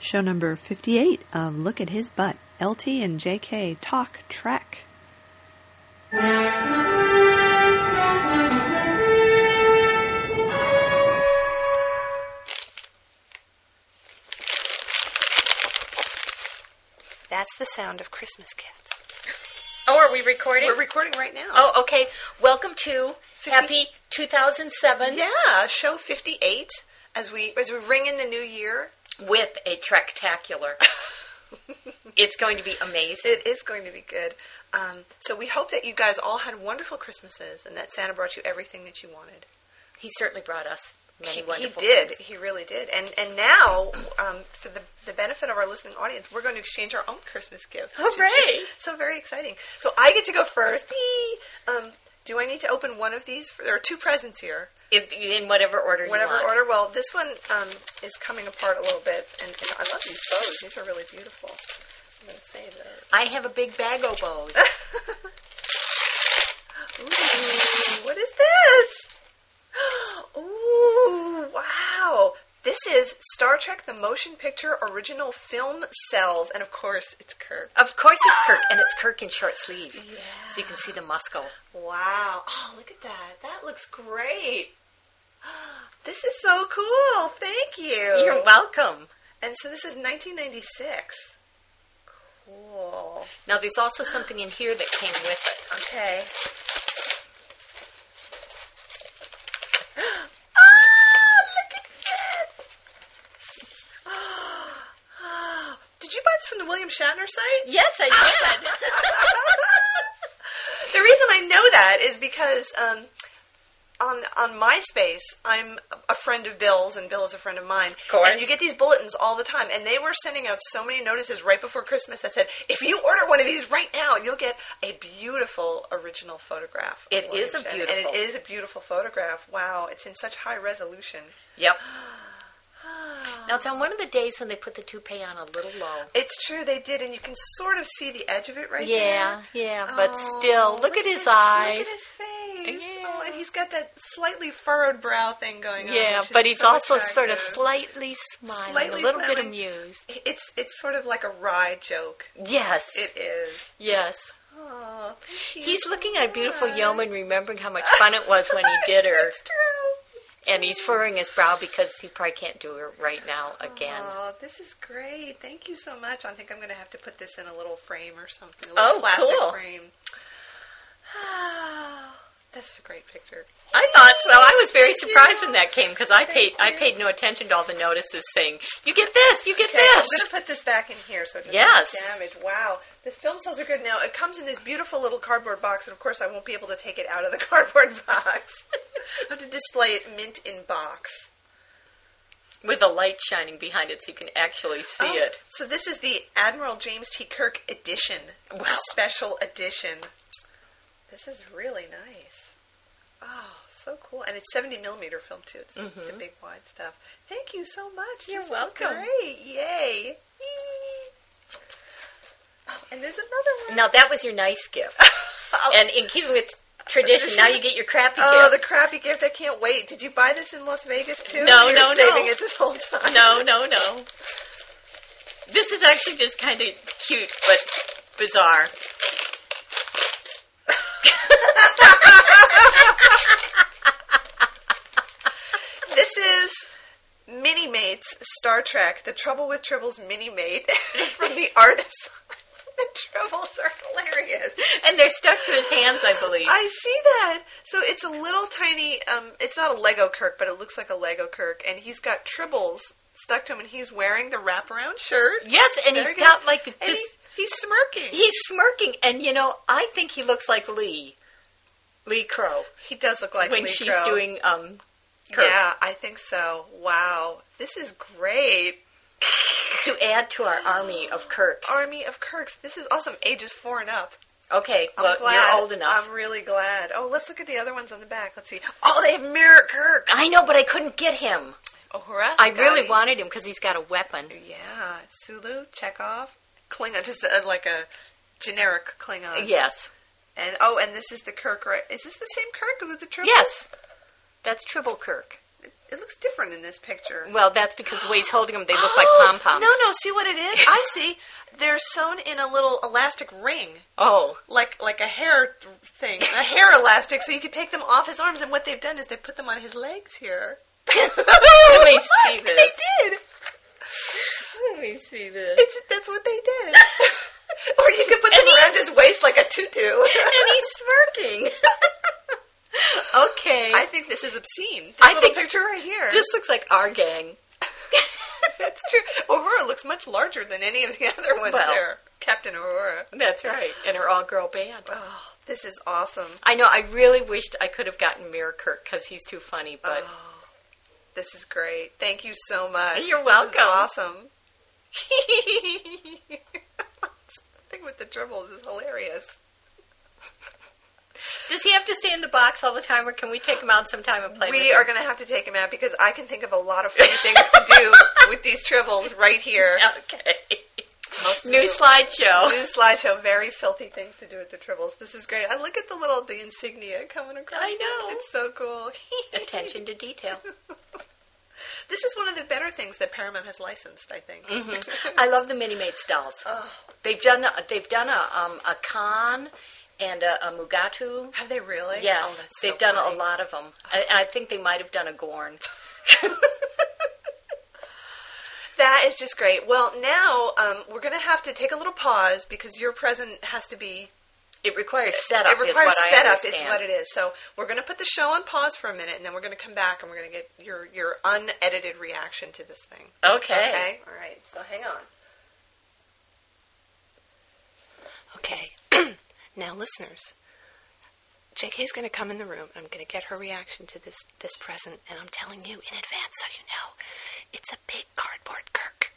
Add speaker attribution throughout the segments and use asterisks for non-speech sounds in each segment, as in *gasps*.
Speaker 1: Show number 58 of Look at His Butt. LT and JK Talk Track. That's the sound of Christmas gifts.
Speaker 2: Oh, are we recording?
Speaker 1: We're recording right now.
Speaker 2: oh, okay. Welcome to Happy 2007
Speaker 1: Yeah, show 58 as we as we ring in the new year. *laughs*
Speaker 2: with a Trektacular. it's going to be amazing.
Speaker 1: It is going to be good. Um, so we hope that you guys all had wonderful Christmases and that Santa brought you everything that you wanted.
Speaker 2: He certainly brought us many
Speaker 1: He, he
Speaker 2: wonderful
Speaker 1: did.
Speaker 2: things.
Speaker 1: He really did. And and now, um, for the, the benefit of our listening audience, we're going to exchange our own Christmas gifts. which is
Speaker 2: Hooray!
Speaker 1: just So very exciting. So I get to go first. Yee! Um, do I need to open one of these? There are two presents here.
Speaker 2: If- in whatever order
Speaker 1: Whatever
Speaker 2: you want.
Speaker 1: order. Well, this one um, is coming apart a little bit, and, and I love these bows. These are really beautiful. I'm going to save those.
Speaker 2: I have a big bag
Speaker 1: *laughs*
Speaker 2: of bows.
Speaker 1: Ooh, what is this? *gasps* Ooh, wow. This is Star Trek the Motion Picture Original Film Cells, and of course, it's Kirk.
Speaker 2: of course it's Kirk, and it's Kirk in short sleeves. So you can see the muscle.
Speaker 1: Wow. Oh, look at that. That looks great. *gasps* This is so cool. Thank you.
Speaker 2: You're welcome.
Speaker 1: and so this is 1996. Cool.
Speaker 2: Now, there's also something in here that came with it.
Speaker 1: Okay. *gasps* Ah, *gasps* Ah, Did you buy this from the William Shatner site?
Speaker 2: Yes, I did.
Speaker 1: the reason I know that is because um, on on MySpace, I'm a friend of Bill's, and Bill is a friend of mine.
Speaker 2: course.
Speaker 1: And you get these bulletins all the time, and they were sending out so many notices right before Christmas that said, "If you order one of these right now, you'll get a beautiful original photograph." of
Speaker 2: It
Speaker 1: William
Speaker 2: is a
Speaker 1: Shatner." and
Speaker 2: beautiful-
Speaker 1: it is a beautiful photograph. Wow, it's in such high
Speaker 2: *gasps*
Speaker 1: resolution.
Speaker 2: *laughs* yep. Now, it's on one of the days when they put the toupee on a little low.
Speaker 1: It's true they did, and you can sort of see the edge of it right
Speaker 2: Yeah,
Speaker 1: there.
Speaker 2: yeah, but
Speaker 1: Oh,
Speaker 2: still, look, at his, eyes.
Speaker 1: Look at his face.
Speaker 2: Yeah.
Speaker 1: Oh, and he's got that slightly furrowed brow thing going on.
Speaker 2: yeah,
Speaker 1: which is
Speaker 2: but he's
Speaker 1: so
Speaker 2: also sort
Speaker 1: attractive.
Speaker 2: of slightly smiling,
Speaker 1: Slightly
Speaker 2: a little bit
Speaker 1: smiling.
Speaker 2: amused.
Speaker 1: It's it's sort of like a wry joke.
Speaker 2: Yes,
Speaker 1: It is.
Speaker 2: yes.
Speaker 1: Oh, thank you
Speaker 2: He's
Speaker 1: so
Speaker 2: looking at a beautiful
Speaker 1: much.
Speaker 2: yeoman, remembering how much fun it was
Speaker 1: *laughs*
Speaker 2: when he did her,
Speaker 1: uh, It's true.
Speaker 2: and he's furrowing his brow because he probably can't do it right now again.
Speaker 1: Oh, this is great. Thank you so much. I think I'm going to have to put this in a little frame or something. A little
Speaker 2: Oh,
Speaker 1: plastic
Speaker 2: cool.
Speaker 1: frame. *sighs* Ah, this is a great picture.
Speaker 2: I thought so. I was very
Speaker 1: Thank
Speaker 2: surprised
Speaker 1: you.
Speaker 2: when that came because I paid I
Speaker 1: you.
Speaker 2: paid no attention to all the notices saying, "You get this, you get
Speaker 1: Okay, I'm
Speaker 2: this."
Speaker 1: going to put this back in here so it doesn't
Speaker 2: Yes.
Speaker 1: get damaged. Wow. The film cells are good. Now, it comes in this beautiful little cardboard box, and of course, I won't be able to take it out of the *laughs* cardboard box. I have to display it mint in box.
Speaker 2: With a light shining behind it, so you can actually see
Speaker 1: Oh,
Speaker 2: it.
Speaker 1: So, this is the Admiral James T. Kirk edition,
Speaker 2: Wow.
Speaker 1: special edition. This is really nice. Oh, so cool. And it's 70 millimeter film, too. It's the big wide stuff. Thank you so much.
Speaker 2: Mm-hmm. You're
Speaker 1: This is
Speaker 2: welcome.
Speaker 1: Great. Yay. Yee. Oh, and there's another one.
Speaker 2: Now that was your nice gift,
Speaker 1: *laughs* Oh,
Speaker 2: and in keeping with tradition, now you get your crappy
Speaker 1: Oh, the
Speaker 2: gift.
Speaker 1: crappy gift! I can't wait. Did you buy this in Las Vegas too?
Speaker 2: No,
Speaker 1: you
Speaker 2: no,
Speaker 1: were
Speaker 2: no.
Speaker 1: saving it this whole time.
Speaker 2: No, no, no. This is actually just kind of cute, but bizarre.
Speaker 1: This is Mini Mate's Star Trek: The Trouble with Tribbles Mini Mate *laughs* from the artist. *laughs* the Tribbles are hilarious.
Speaker 2: And they're stuck to his hands, I believe.
Speaker 1: I see that. So it's a little tiny. Um, it's not a Lego Kirk, but it looks like a Lego Kirk, and he's got Tribbles stuck to him, and he's wearing the wraparound shirt.
Speaker 2: yes, and
Speaker 1: Very
Speaker 2: he's
Speaker 1: good.
Speaker 2: got like
Speaker 1: And
Speaker 2: this.
Speaker 1: he, he's smirking.
Speaker 2: He's smirking, and you know, I think he looks like Lee, Lee Crow,
Speaker 1: He does look like
Speaker 2: when
Speaker 1: Lee
Speaker 2: she's
Speaker 1: Crow.
Speaker 2: doing um. Kirk.
Speaker 1: Yeah, I think so. Wow, this is great.
Speaker 2: To add to our army of Kirks.
Speaker 1: Army of Kirks. This is awesome. Ages four and up.
Speaker 2: Okay,
Speaker 1: I'm
Speaker 2: well,
Speaker 1: glad.
Speaker 2: you're old enough.
Speaker 1: I'm really glad. Oh, let's look at the other ones on the back. Let's see. Oh, they have Mirror Kirk.
Speaker 2: I know, but I couldn't get him.
Speaker 1: Oh, Horace.
Speaker 2: I really
Speaker 1: Scotty.
Speaker 2: wanted him because he's got a weapon.
Speaker 1: Yeah, Sulu, Chekhov, Klingon. Just uh like a generic Klingon.
Speaker 2: Yes,
Speaker 1: And oh, and this is the Kirk. Right? Is this the same Kirk with the triple?
Speaker 2: yes, that's Tribble Kirk.
Speaker 1: It looks different in this picture.
Speaker 2: Well, that's because the way he's holding them, they look *gasps* like pom
Speaker 1: *gasps*
Speaker 2: poms.
Speaker 1: No, no. See what it is? I see. They're sewn in a little elastic ring,
Speaker 2: Oh,
Speaker 1: like like a hair th- thing, a hair elastic. So you could take them off his arms. And what they've done is they put them on his legs here. Let
Speaker 2: me see this.
Speaker 1: *laughs* They did.
Speaker 2: let me see this.
Speaker 1: It's that's what they did. *laughs* or you could put them
Speaker 2: And he's-
Speaker 1: around his waist like a tutu.
Speaker 2: and he's smirking. *laughs* okay,
Speaker 1: I think this is obscene. This
Speaker 2: I
Speaker 1: little
Speaker 2: think-
Speaker 1: picture right here.
Speaker 2: this looks like our gang.
Speaker 1: *laughs* That's true. Aurora looks much larger than any of the other ones
Speaker 2: Well.
Speaker 1: there. Captain Aurora.
Speaker 2: That's right, and her all girl band.
Speaker 1: Oh, this is awesome.
Speaker 2: I know. I really wished I could have gotten Mirror Kirk because he's too funny, but
Speaker 1: Oh, this is great. Thank you so much.
Speaker 2: You're
Speaker 1: This
Speaker 2: welcome.
Speaker 1: is awesome. *laughs* the thing with the dribbles is hilarious.
Speaker 2: does he have to stay in the box all the time, or can we take him out sometime and play?
Speaker 1: We
Speaker 2: with
Speaker 1: are
Speaker 2: him?
Speaker 1: going to have to take him out because I can think of a lot of funny things to do
Speaker 2: *laughs*
Speaker 1: with these tribbles right here.
Speaker 2: okay.
Speaker 1: Most of
Speaker 2: New
Speaker 1: them-
Speaker 2: slideshow.
Speaker 1: New slideshow. Very filthy things to do with the tribbles. This is great. I look at the little the insignia coming across.
Speaker 2: I know.
Speaker 1: It's so cool. *laughs*
Speaker 2: Attention to detail.
Speaker 1: This is one of the better things that Paramount has licensed, I think.
Speaker 2: Mm. I love the Mini Mates dolls.
Speaker 1: Oh,
Speaker 2: They've done a, they've done a um, a con and a, a Mugatu.
Speaker 1: have they really?
Speaker 2: Yes,
Speaker 1: Oh, that's so
Speaker 2: they've done
Speaker 1: funny.
Speaker 2: a lot of them. I, I think they might have done a Gorn.
Speaker 1: That is just great. Well, now um, we're going to have to take a little pause because your present has to be.
Speaker 2: It requires setup.
Speaker 1: it requires
Speaker 2: is what I
Speaker 1: setup, is
Speaker 2: understand.
Speaker 1: what it is. So we're going to put the show on pause for a minute, and then we're going to come back and we're going to get your your unedited reaction to this thing.
Speaker 2: Okay.
Speaker 1: Okay. All right. So hang on. Okay. *clears throat* now, listeners, JK's going to come in the room. and I'm going to get her reaction to this this present, and I'm telling you in advance so you know, it's a big cardboard Kirk.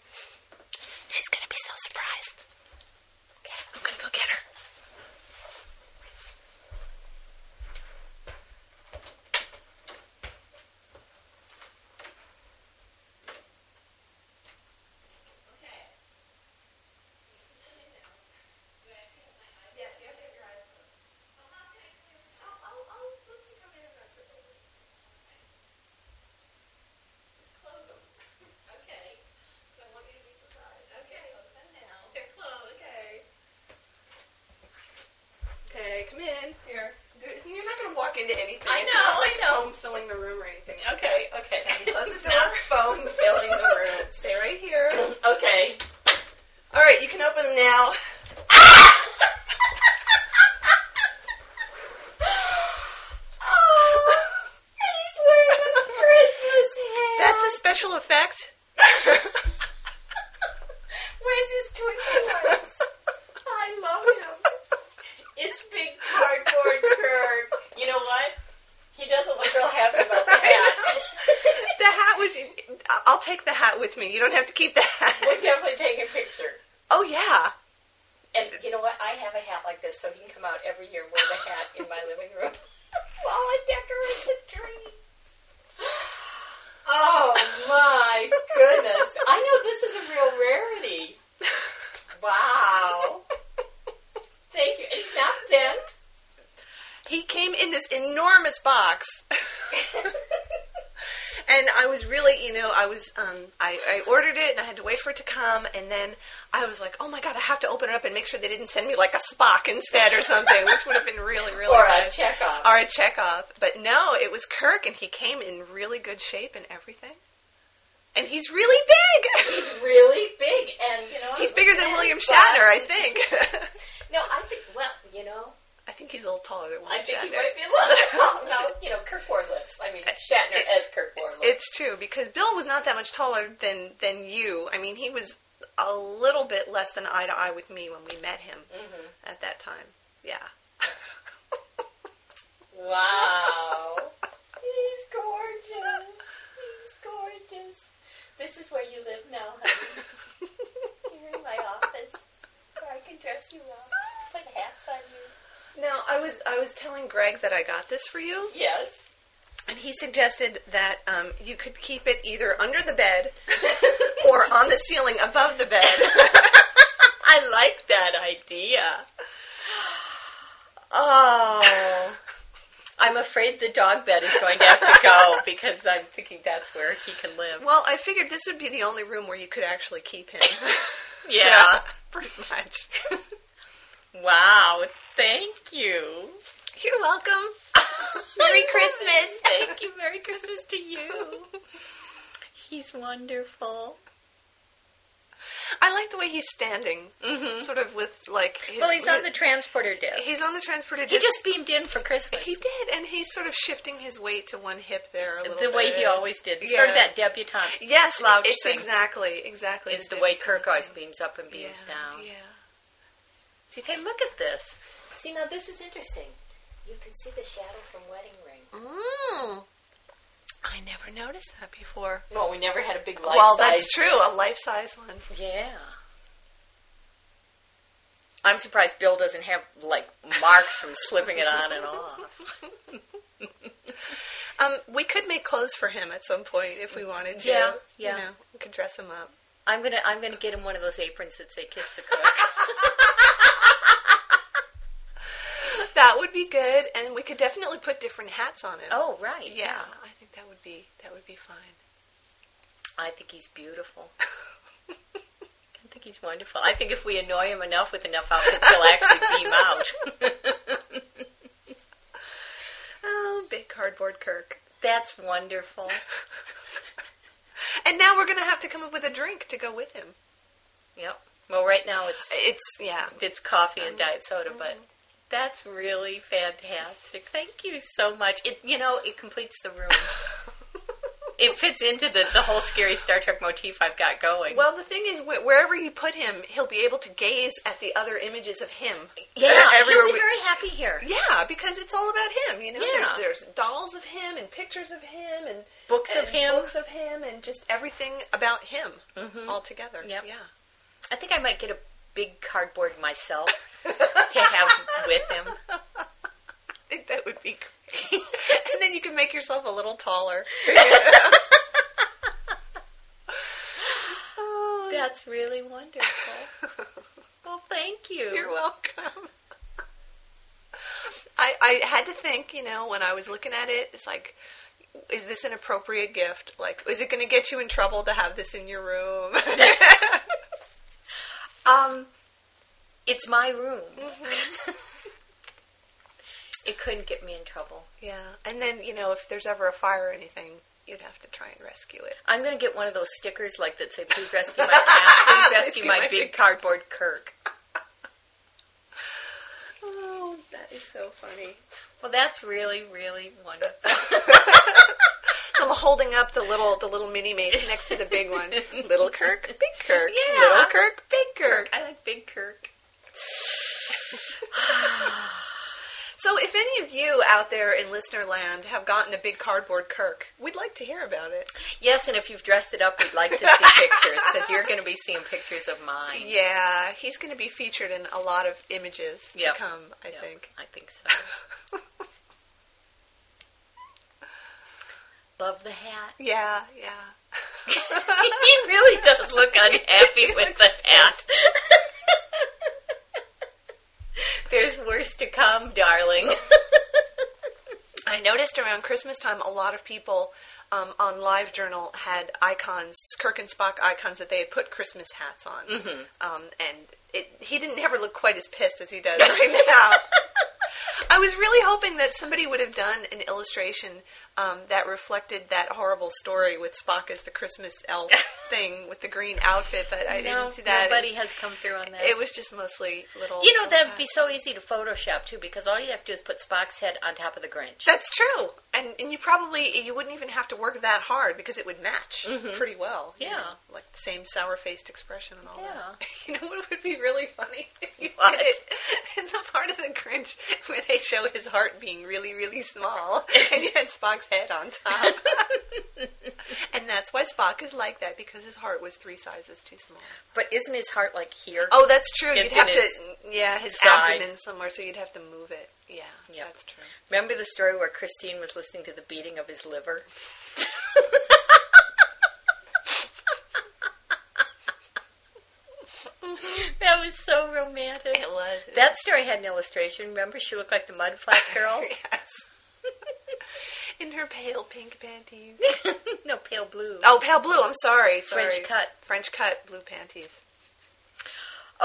Speaker 1: She's going to be so surprised. Okay, I'm going to go get her. Okay, come in. Here. Dude, You're not going to walk into anything.
Speaker 2: I
Speaker 1: It's not
Speaker 2: know, I
Speaker 1: like
Speaker 2: know.
Speaker 1: foam filling the room or anything.
Speaker 2: Okay, okay.
Speaker 1: Close the
Speaker 2: It's *laughs*
Speaker 1: door.
Speaker 2: not foam filling the room.
Speaker 1: Stay right here.
Speaker 2: Okay.
Speaker 1: All right, you can open them now. *laughs* That's a special effect.
Speaker 2: Where's his twinkle lights? I love him. It's big cardboard Kirk. You know what? He doesn't look real happy about
Speaker 1: I
Speaker 2: the hat.
Speaker 1: *laughs* know. the hat would. I- I'll take the hat with me. You don't have to keep the hat.
Speaker 2: We'll definitely take a picture.
Speaker 1: Oh yeah.
Speaker 2: And you know what? I have a hat like this, so he can come out every year with a hat in my living room *laughs* while I decorate the tree. Oh my goodness! I know this is a real rarity.
Speaker 1: Oh.
Speaker 2: Wow. Thank you. It's not bent.
Speaker 1: He came in this enormous box. And I was really, you know, I was, um, I, I ordered it and I had to wait for it to come. And then I was like, oh my God, I have to open it up and make sure they didn't send me like a Spock instead or something, which would have been really, really Oh.
Speaker 2: or
Speaker 1: bad.
Speaker 2: a check off.
Speaker 1: or a Chekhov. But no, it was Kirk, and he came in really good shape and everything. And he's really big.
Speaker 2: He's really big, and you know
Speaker 1: he's
Speaker 2: I'm
Speaker 1: bigger
Speaker 2: looking
Speaker 1: than
Speaker 2: at
Speaker 1: William
Speaker 2: his body.
Speaker 1: Shatner, I think. *laughs*
Speaker 2: No, I think. Well, you know,
Speaker 1: I think he's a little taller than
Speaker 2: I
Speaker 1: William
Speaker 2: think he
Speaker 1: Shatner.
Speaker 2: might be a little. *laughs* No, you know, Kirk wore lips. I mean, Shatner as Kirk wore lips.
Speaker 1: It's true because Bill was not that much taller than than you. I mean, he was a little bit less than eye to eye with me when we met him
Speaker 2: Mhm.
Speaker 1: at that time. Yeah.
Speaker 2: Wow. *laughs* He's gorgeous. He's gorgeous. This is where you live now, honey. You're in my office where I can dress you up, put hats on you.
Speaker 1: *laughs* Now I was I was telling Greg that I got this for you,
Speaker 2: *laughs* Yes.
Speaker 1: and he suggested that um, you could keep it either under the bed or on the ceiling above the *laughs* bed.
Speaker 2: I like that idea. Oh. I'm afraid afraid the dog bed is going to have to go *laughs* because I'm thinking that's where he can live.
Speaker 1: Well, I figured this would be the only room where you could actually keep *laughs* him.
Speaker 2: Yeah.
Speaker 1: pretty much.
Speaker 2: Wow. Thank you.
Speaker 1: *laughs* You're *laughs* welcome.
Speaker 2: Merry Christmas. Thank you. Merry Christmas to you.
Speaker 1: *laughs*
Speaker 2: He's wonderful.
Speaker 1: I like the way he's standing,
Speaker 2: Mm-hmm.
Speaker 1: sort of with like. His,
Speaker 2: Well, he's on the transporter disc.
Speaker 1: He's on the transporter.
Speaker 2: He
Speaker 1: disc.
Speaker 2: just beamed in for Christmas.
Speaker 1: He did, and he's sort of shifting his weight to one hip there a little.
Speaker 2: the way he
Speaker 1: bit.
Speaker 2: always did. Sort of
Speaker 1: Yeah.
Speaker 2: that debutante
Speaker 1: Yes,
Speaker 2: slouch
Speaker 1: it's
Speaker 2: thing.
Speaker 1: exactly exactly
Speaker 2: is the
Speaker 1: same
Speaker 2: way
Speaker 1: kind
Speaker 2: Kirk
Speaker 1: of
Speaker 2: always
Speaker 1: thing.
Speaker 2: beams up and beams
Speaker 1: yeah,
Speaker 2: down.
Speaker 1: Yeah.
Speaker 2: Hey, look at this. See, now this is interesting. You can see the shadow from Wedding Ring.
Speaker 1: Mm. I never noticed that before.
Speaker 2: Well, we never had a big life
Speaker 1: well,
Speaker 2: size.
Speaker 1: that's true. A life size one.
Speaker 2: Yeah. I'm surprised Bill doesn't have like marks from slipping it on and off.
Speaker 1: *laughs*
Speaker 2: *laughs*
Speaker 1: Um, we could make clothes for him at some point if we wanted to.
Speaker 2: Yeah, yeah.
Speaker 1: You know, we could dress him up.
Speaker 2: I'm gonna I'm gonna get him one of those aprons that say "Kiss the *laughs* Cook."
Speaker 1: That would be good, and we could definitely put different hats on him.
Speaker 2: oh, right.
Speaker 1: yeah, I think that would be that would be fine.
Speaker 2: I think he's beautiful. *laughs* I think he's wonderful. I think if we annoy him enough with enough outfits, he'll actually beam out. *laughs*
Speaker 1: Oh, big cardboard Kirk.
Speaker 2: That's wonderful.
Speaker 1: And now we're gonna have to come up with a drink to go with him.
Speaker 2: Yep. Well, right now it's
Speaker 1: It's yeah.
Speaker 2: it's coffee and diet soda, but that's really fantastic. Thank you so much. It you know it completes the room. *laughs* it fits into the the whole scary Star Trek motif I've got going. *laughs*
Speaker 1: Well, the thing is, wh- wherever you put him, he'll be able to gaze at the other images of him.
Speaker 2: yeah,
Speaker 1: everywhere
Speaker 2: he'll be
Speaker 1: we-
Speaker 2: very happy here.
Speaker 1: Yeah, because it's all about him. You know,
Speaker 2: Yeah.
Speaker 1: there's there's dolls of him and pictures of him and
Speaker 2: Books of
Speaker 1: and
Speaker 2: him. Mm-hmm.
Speaker 1: books of him, and just everything about him all together.
Speaker 2: Yep.
Speaker 1: Yeah.
Speaker 2: I think I might get a big cardboard *laughs* myself to have with him.
Speaker 1: I think that would be *laughs* great. and then you can make yourself a little taller. Oh,
Speaker 2: That's really wonderful. *laughs* Well, thank you.
Speaker 1: You're welcome. I, I had to think, you know, when I was looking at it, it's like, is this an appropriate gift? Like, is it going to get you in trouble to have this in your *laughs* room?
Speaker 2: Um, it's my room. Mm-hmm. *laughs* it couldn't get me in trouble.
Speaker 1: yeah. And then, you know, if there's ever a fire or anything, you'd have to try and rescue it.
Speaker 2: I'm gonna get one of those stickers like that say "Please rescue *laughs* my cat, please rescue my big cardboard Kirk."
Speaker 1: Oh, that is so funny.
Speaker 2: Well, that's really, really wonderful.
Speaker 1: I'm holding up the little the little mini mates next to the big
Speaker 2: *laughs*
Speaker 1: one. little Kirk, big Kirk.
Speaker 2: Yeah.
Speaker 1: Little Kirk, big Kirk.
Speaker 2: I like big Kirk.
Speaker 1: So, if any of you out there in listener land have gotten a big cardboard Kirk, we'd like to hear about it.
Speaker 2: Yes, and if you've dressed it up, we'd like to see pictures because you're gonna be seeing pictures of mine.
Speaker 1: Yeah, he's going to be featured in a lot of images
Speaker 2: Yep.
Speaker 1: to come, I
Speaker 2: Yep,
Speaker 1: think.
Speaker 2: I think so. *laughs* Love the hat. *laughs*
Speaker 1: Yeah, yeah. *laughs*
Speaker 2: he really does look *laughs* unhappy with the hat. There's worse to come, darling.
Speaker 1: I noticed around Christmas time a lot of people um, on LiveJournal had icons, Kirk and Spock icons that they had put Christmas hats on. Mm-hmm. Um, and it, he didn't ever look quite as pissed as he does *laughs* right now. I was really hoping that somebody would have done an illustration um, that reflected that horrible story with Spock as the Christmas
Speaker 2: *laughs*
Speaker 1: elf thing with the green outfit, but I
Speaker 2: No,
Speaker 1: didn't see that.
Speaker 2: Nobody has come through on that.
Speaker 1: It was just mostly little.
Speaker 2: you know, that'd be so easy to Photoshop, too, because all you'd have to do is put Spock's head on top of the Grinch.
Speaker 1: That's true, and and you probably you wouldn't even have to work that hard because it would match pretty well. you
Speaker 2: Mm-hmm. Yeah.
Speaker 1: know, like the same sour faced expression and all that.
Speaker 2: Yeah.
Speaker 1: *laughs* You know what would be really funny *laughs* if you
Speaker 2: What?
Speaker 1: did it in the part of the Grinch where they show his heart being really really
Speaker 2: *laughs*
Speaker 1: small, and you had Spock's head on top. *laughs* and that's why Spock is like that because his heart was three sizes too small.
Speaker 2: But isn't his heart, like, here?
Speaker 1: Oh, that's true.
Speaker 2: It's
Speaker 1: you'd have
Speaker 2: in
Speaker 1: to
Speaker 2: his
Speaker 1: yeah his
Speaker 2: side.
Speaker 1: abdomen somewhere, so you'd have to move it. Yeah,
Speaker 2: Yep.
Speaker 1: that's true.
Speaker 2: Remember the story where Christine was listening to the beating of his liver? that was so romantic.
Speaker 1: It was. *laughs*
Speaker 2: *laughs* That story had an illustration. Remember, she looked like the Mudflap Girls?
Speaker 1: Yes. in her pale pink panties.
Speaker 2: no, pale blue.
Speaker 1: Oh, pale blue. I'm sorry.
Speaker 2: French
Speaker 1: sorry.
Speaker 2: cut.
Speaker 1: French cut blue panties.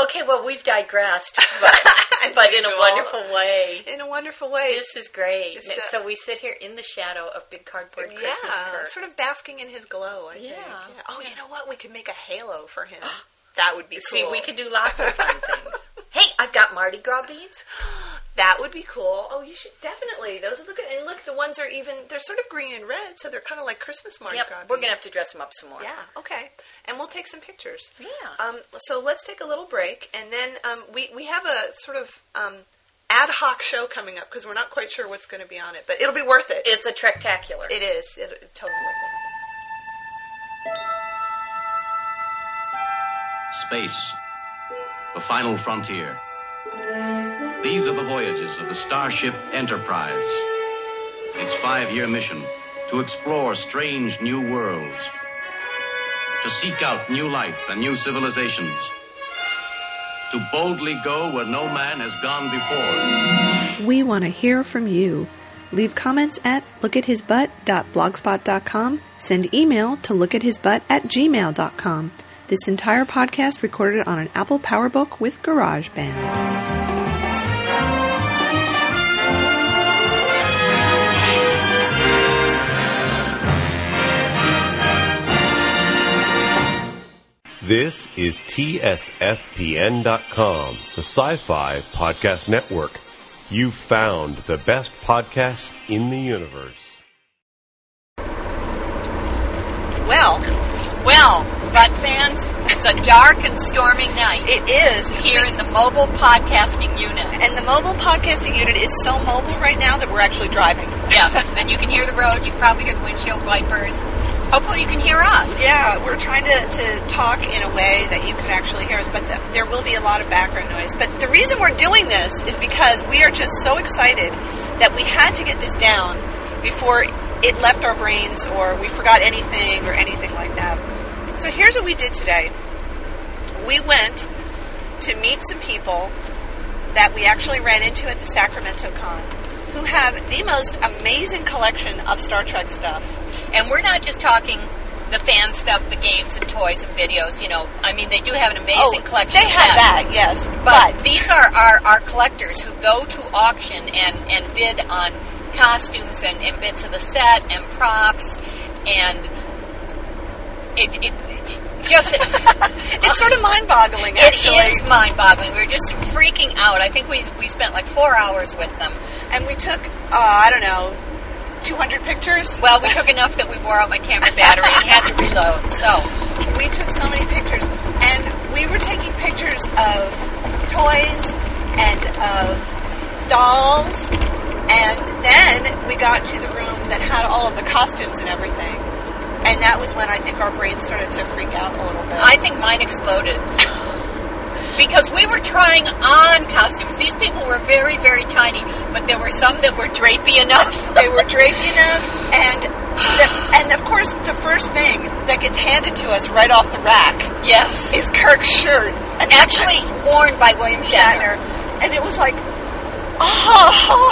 Speaker 2: Okay, well, we've digressed, but,
Speaker 1: As
Speaker 2: but in a
Speaker 1: usual.
Speaker 2: wonderful way.
Speaker 1: In a wonderful way.
Speaker 2: This is great.
Speaker 1: This, uh,
Speaker 2: so we sit here in the shadow of Big Cardboard Christmas
Speaker 1: yeah,
Speaker 2: Kirk.
Speaker 1: sort of basking in his glow. I think.
Speaker 2: Yeah.
Speaker 1: Yeah. Oh,
Speaker 2: Yeah.
Speaker 1: you know what? We could make a halo for
Speaker 2: *gasps*
Speaker 1: him. that would be cool.
Speaker 2: See, we
Speaker 1: *laughs*
Speaker 2: could do lots of fun things. Hey, I've got Mardi Gras beads.
Speaker 1: That would be cool. Oh, you should definitely. Those would look good. And look, the ones are even. They're sort of green and red, so they're kind of like Christmas Mardi
Speaker 2: Yep,
Speaker 1: Gras.
Speaker 2: we're gonna
Speaker 1: beads.
Speaker 2: have to dress them up some more.
Speaker 1: Yeah. Okay. And we'll take some pictures.
Speaker 2: Yeah.
Speaker 1: Um, so let's take a little break, and then um, we we have a sort of um, ad hoc show coming up because we're not quite sure what's going to be on it, but it'll be worth it.
Speaker 2: It's a trectacular.
Speaker 1: it is. It, it totally worth
Speaker 3: Space. The final frontier. These are the voyages of the Starship Enterprise. Its five year mission to explore strange new worlds, to seek out new life and new civilizations, to boldly go where no man has gone before.
Speaker 1: it. We want to hear from you. Leave comments at lookathisbutt.blogspot.com. Send email to lookathisbutt at gmail.com. This entire podcast recorded on an Apple PowerBook with GarageBand.
Speaker 4: This is TSFPN.com, the sci fi podcast network. You found the best podcasts in the universe.
Speaker 1: Well,
Speaker 2: Well, Bud fans, it's a dark and stormy night
Speaker 1: it is
Speaker 2: here in the mobile podcasting unit.
Speaker 1: And the mobile podcasting unit is so mobile right now that we're actually driving.
Speaker 2: Yes, *laughs* and you can hear the road. You can probably hear the windshield wipers. Hopefully, you can hear us.
Speaker 1: Yeah, we're trying to, to talk in a way that you could actually hear us, but the, there will be a lot of background noise. But the reason we're doing this is because we are just so excited that we had to get this down before it left our brains or we forgot anything or anything like that. So here's what we did today we went to meet some people that we actually ran into at the Sacramento Con who have the most amazing collection of Star Trek stuff.
Speaker 2: And we're not just talking the fan stuff, the games and toys and videos. You know, I mean, they do have an amazing collection.
Speaker 1: They
Speaker 2: of
Speaker 1: have that, yes.
Speaker 2: But these are our, our collectors who go to auction and, and bid on costumes and, and bits of the set and props and it, it, it just
Speaker 1: it's sort of mind-boggling,
Speaker 2: it
Speaker 1: actually.
Speaker 2: is mind boggling. We were just freaking out. I think we we spent like four hours with them.
Speaker 1: And we took, uh, I don't know, 200 pictures.
Speaker 2: Well, we took enough that we wore out my camera battery and had to reload. So
Speaker 1: We took so many pictures, and we were taking pictures of toys and of dolls, and then we got to the room that had all of the costumes and everything. And that was when I think our brains started to freak out a little bit.
Speaker 2: I think mine exploded. Because we were trying on costumes. These people were very, very tiny, but there were some that were drapey enough.
Speaker 1: they were draping them, and the, and of course the first thing that gets handed to us right off the rack
Speaker 2: yes.
Speaker 1: is Kirk's shirt. And
Speaker 2: Actually worn by William
Speaker 1: Shatner.
Speaker 2: Shatner.
Speaker 1: And it was like, oh.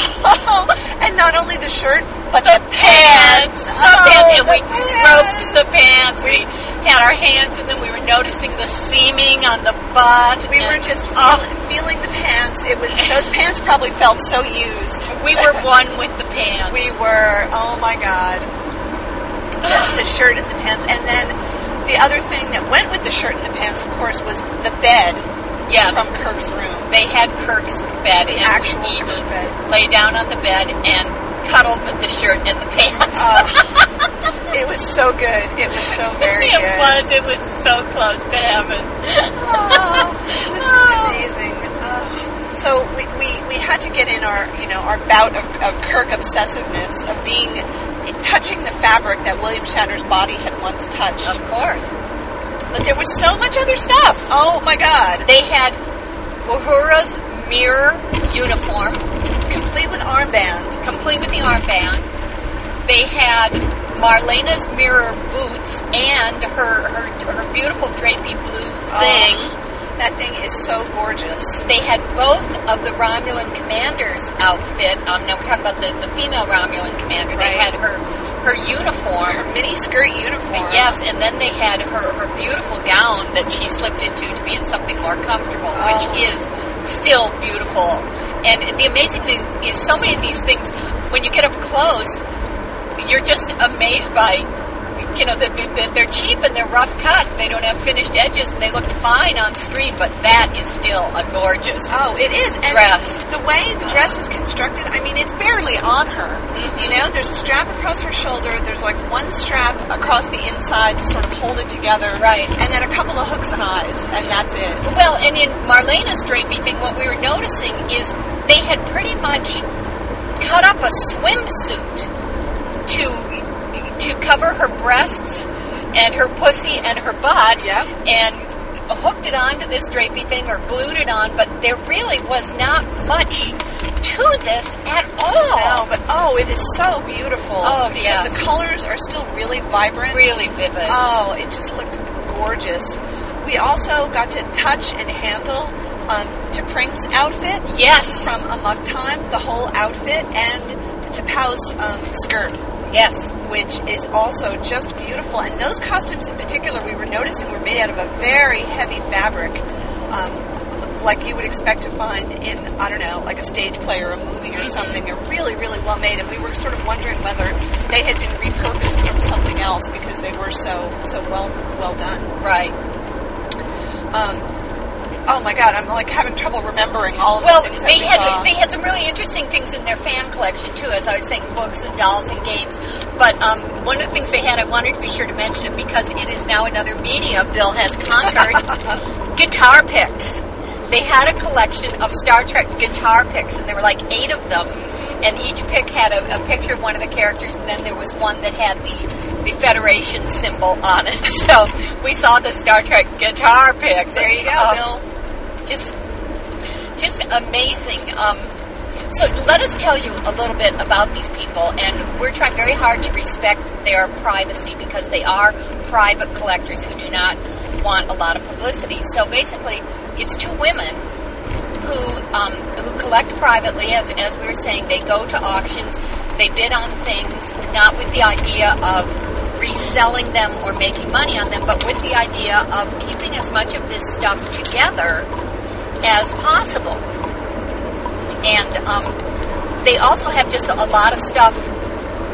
Speaker 1: *laughs* and not only the shirt, but the,
Speaker 2: Pants.
Speaker 1: Oh,
Speaker 2: and
Speaker 1: the
Speaker 2: we
Speaker 1: pants.
Speaker 2: groped the pants. We had our hands, and then we were noticing the seaming on the butt.
Speaker 1: We were
Speaker 2: and-
Speaker 1: just
Speaker 2: oh,
Speaker 1: feel, feeling the pants. It was those pants probably felt so used.
Speaker 2: we were one with the pants.
Speaker 1: We were, oh my god, the, the shirt and the pants. And then the other thing that went with the shirt and the pants, of course, was the bed
Speaker 2: yes.
Speaker 1: from Kirk's
Speaker 2: *laughs*
Speaker 1: room,
Speaker 2: they had Kirk's bed,
Speaker 1: the
Speaker 2: and
Speaker 1: actual
Speaker 2: we each
Speaker 1: Kirk bed.
Speaker 2: lay down on the bed and cuddled with the shirt and the pants.
Speaker 1: Oh, It was so good. It was so very
Speaker 2: it
Speaker 1: good.
Speaker 2: was. It was so close to heaven.
Speaker 1: Oh, it was just amazing. Oh. So we, we, we had to get in our you know our bout of, of Kirk obsessiveness of being touching the fabric that William Shatner's body had once touched.
Speaker 2: Of course.
Speaker 1: But there was so much other stuff. Oh my God!
Speaker 2: They had Uhura's mirror uniform,
Speaker 1: Complete with armband.
Speaker 2: complete with the armband. They had Marlena's
Speaker 1: Oh.
Speaker 2: mirror boots and her her, her beautiful drapey blue thing.
Speaker 1: That thing is so gorgeous.
Speaker 2: They had both of the Romulan commander's outfit. Um, now we're talking about the, the female Romulan commander. They
Speaker 1: Right.
Speaker 2: had her her uniform.
Speaker 1: Mini skirt uniform.
Speaker 2: Yes, and then they had her her beautiful gown that she slipped into to be in something more comfortable, which
Speaker 1: Oh.
Speaker 2: is still beautiful. And the amazing thing is, so many of these things, when you get up close, you're just amazed by. You know, that that they're cheap and they're rough cut. They don't have finished edges and they look fine on screen, but that is still a gorgeous.
Speaker 1: Oh, it is. And
Speaker 2: Dress.
Speaker 1: The way the dress is constructed, I mean, it's barely on her.
Speaker 2: Mm-hmm.
Speaker 1: You know, there's a strap across her shoulder. There's like one strap across the inside to sort of hold it together.
Speaker 2: Right.
Speaker 1: And then a couple of hooks and eyes, and that's it.
Speaker 2: Well, and in Marlena's drapey thing, what we were noticing is they had pretty much cut up a swimsuit to to cover her breasts and her pussy and her butt,
Speaker 1: Yep.
Speaker 2: and hooked it onto this drapey thing or glued it on. But there really was not much to this at
Speaker 1: No,
Speaker 2: all.
Speaker 1: but oh, it is so beautiful.
Speaker 2: Oh,
Speaker 1: because
Speaker 2: yes.
Speaker 1: the colors are still really vibrant.
Speaker 2: Really vivid.
Speaker 1: Oh, it just looked gorgeous. We also got to touch and handle um, T'Pring's outfit
Speaker 2: yes.
Speaker 1: from Amok Time, the whole outfit, and T'Pau's um, skirt,
Speaker 2: yes.
Speaker 1: which is also just beautiful. And those costumes in particular, we were noticing, were made out of a very heavy fabric, um, like you would expect to find in, I don't know, like a stage play or a movie or something. They're really, really well made, and we were sort of wondering whether they had been repurposed from something else because they were so so well well done.
Speaker 2: Right.
Speaker 1: Um, oh my God, I'm like having trouble remembering all of
Speaker 2: Well,
Speaker 1: the things that
Speaker 2: they
Speaker 1: we
Speaker 2: had
Speaker 1: saw.
Speaker 2: they had some really interesting things in their fan collection too, as I was saying, books and dolls and games. But um, one of the things they had, I wanted to be sure to mention it because it is now another medium Bill has conquered. guitar picks. They had a collection of Star Trek guitar picks, and there were like eight of them, and each pick had a, a picture of one of the characters, and then there was one that had the the Federation symbol on it. *laughs* So we saw the Star Trek guitar picks.
Speaker 1: there you go,
Speaker 2: Um,
Speaker 1: Bill.
Speaker 2: just just amazing. Um, so let us tell you a little bit about these people, and we're trying very hard to respect their privacy because they are private collectors who do not want a lot of publicity. So basically, it's two women who um, who collect privately, as, as we were saying, they go to auctions, they bid on things, not with the idea of reselling them or making money on them, but with the idea of keeping as much of this stuff together as possible. And um, they also have just a lot of stuff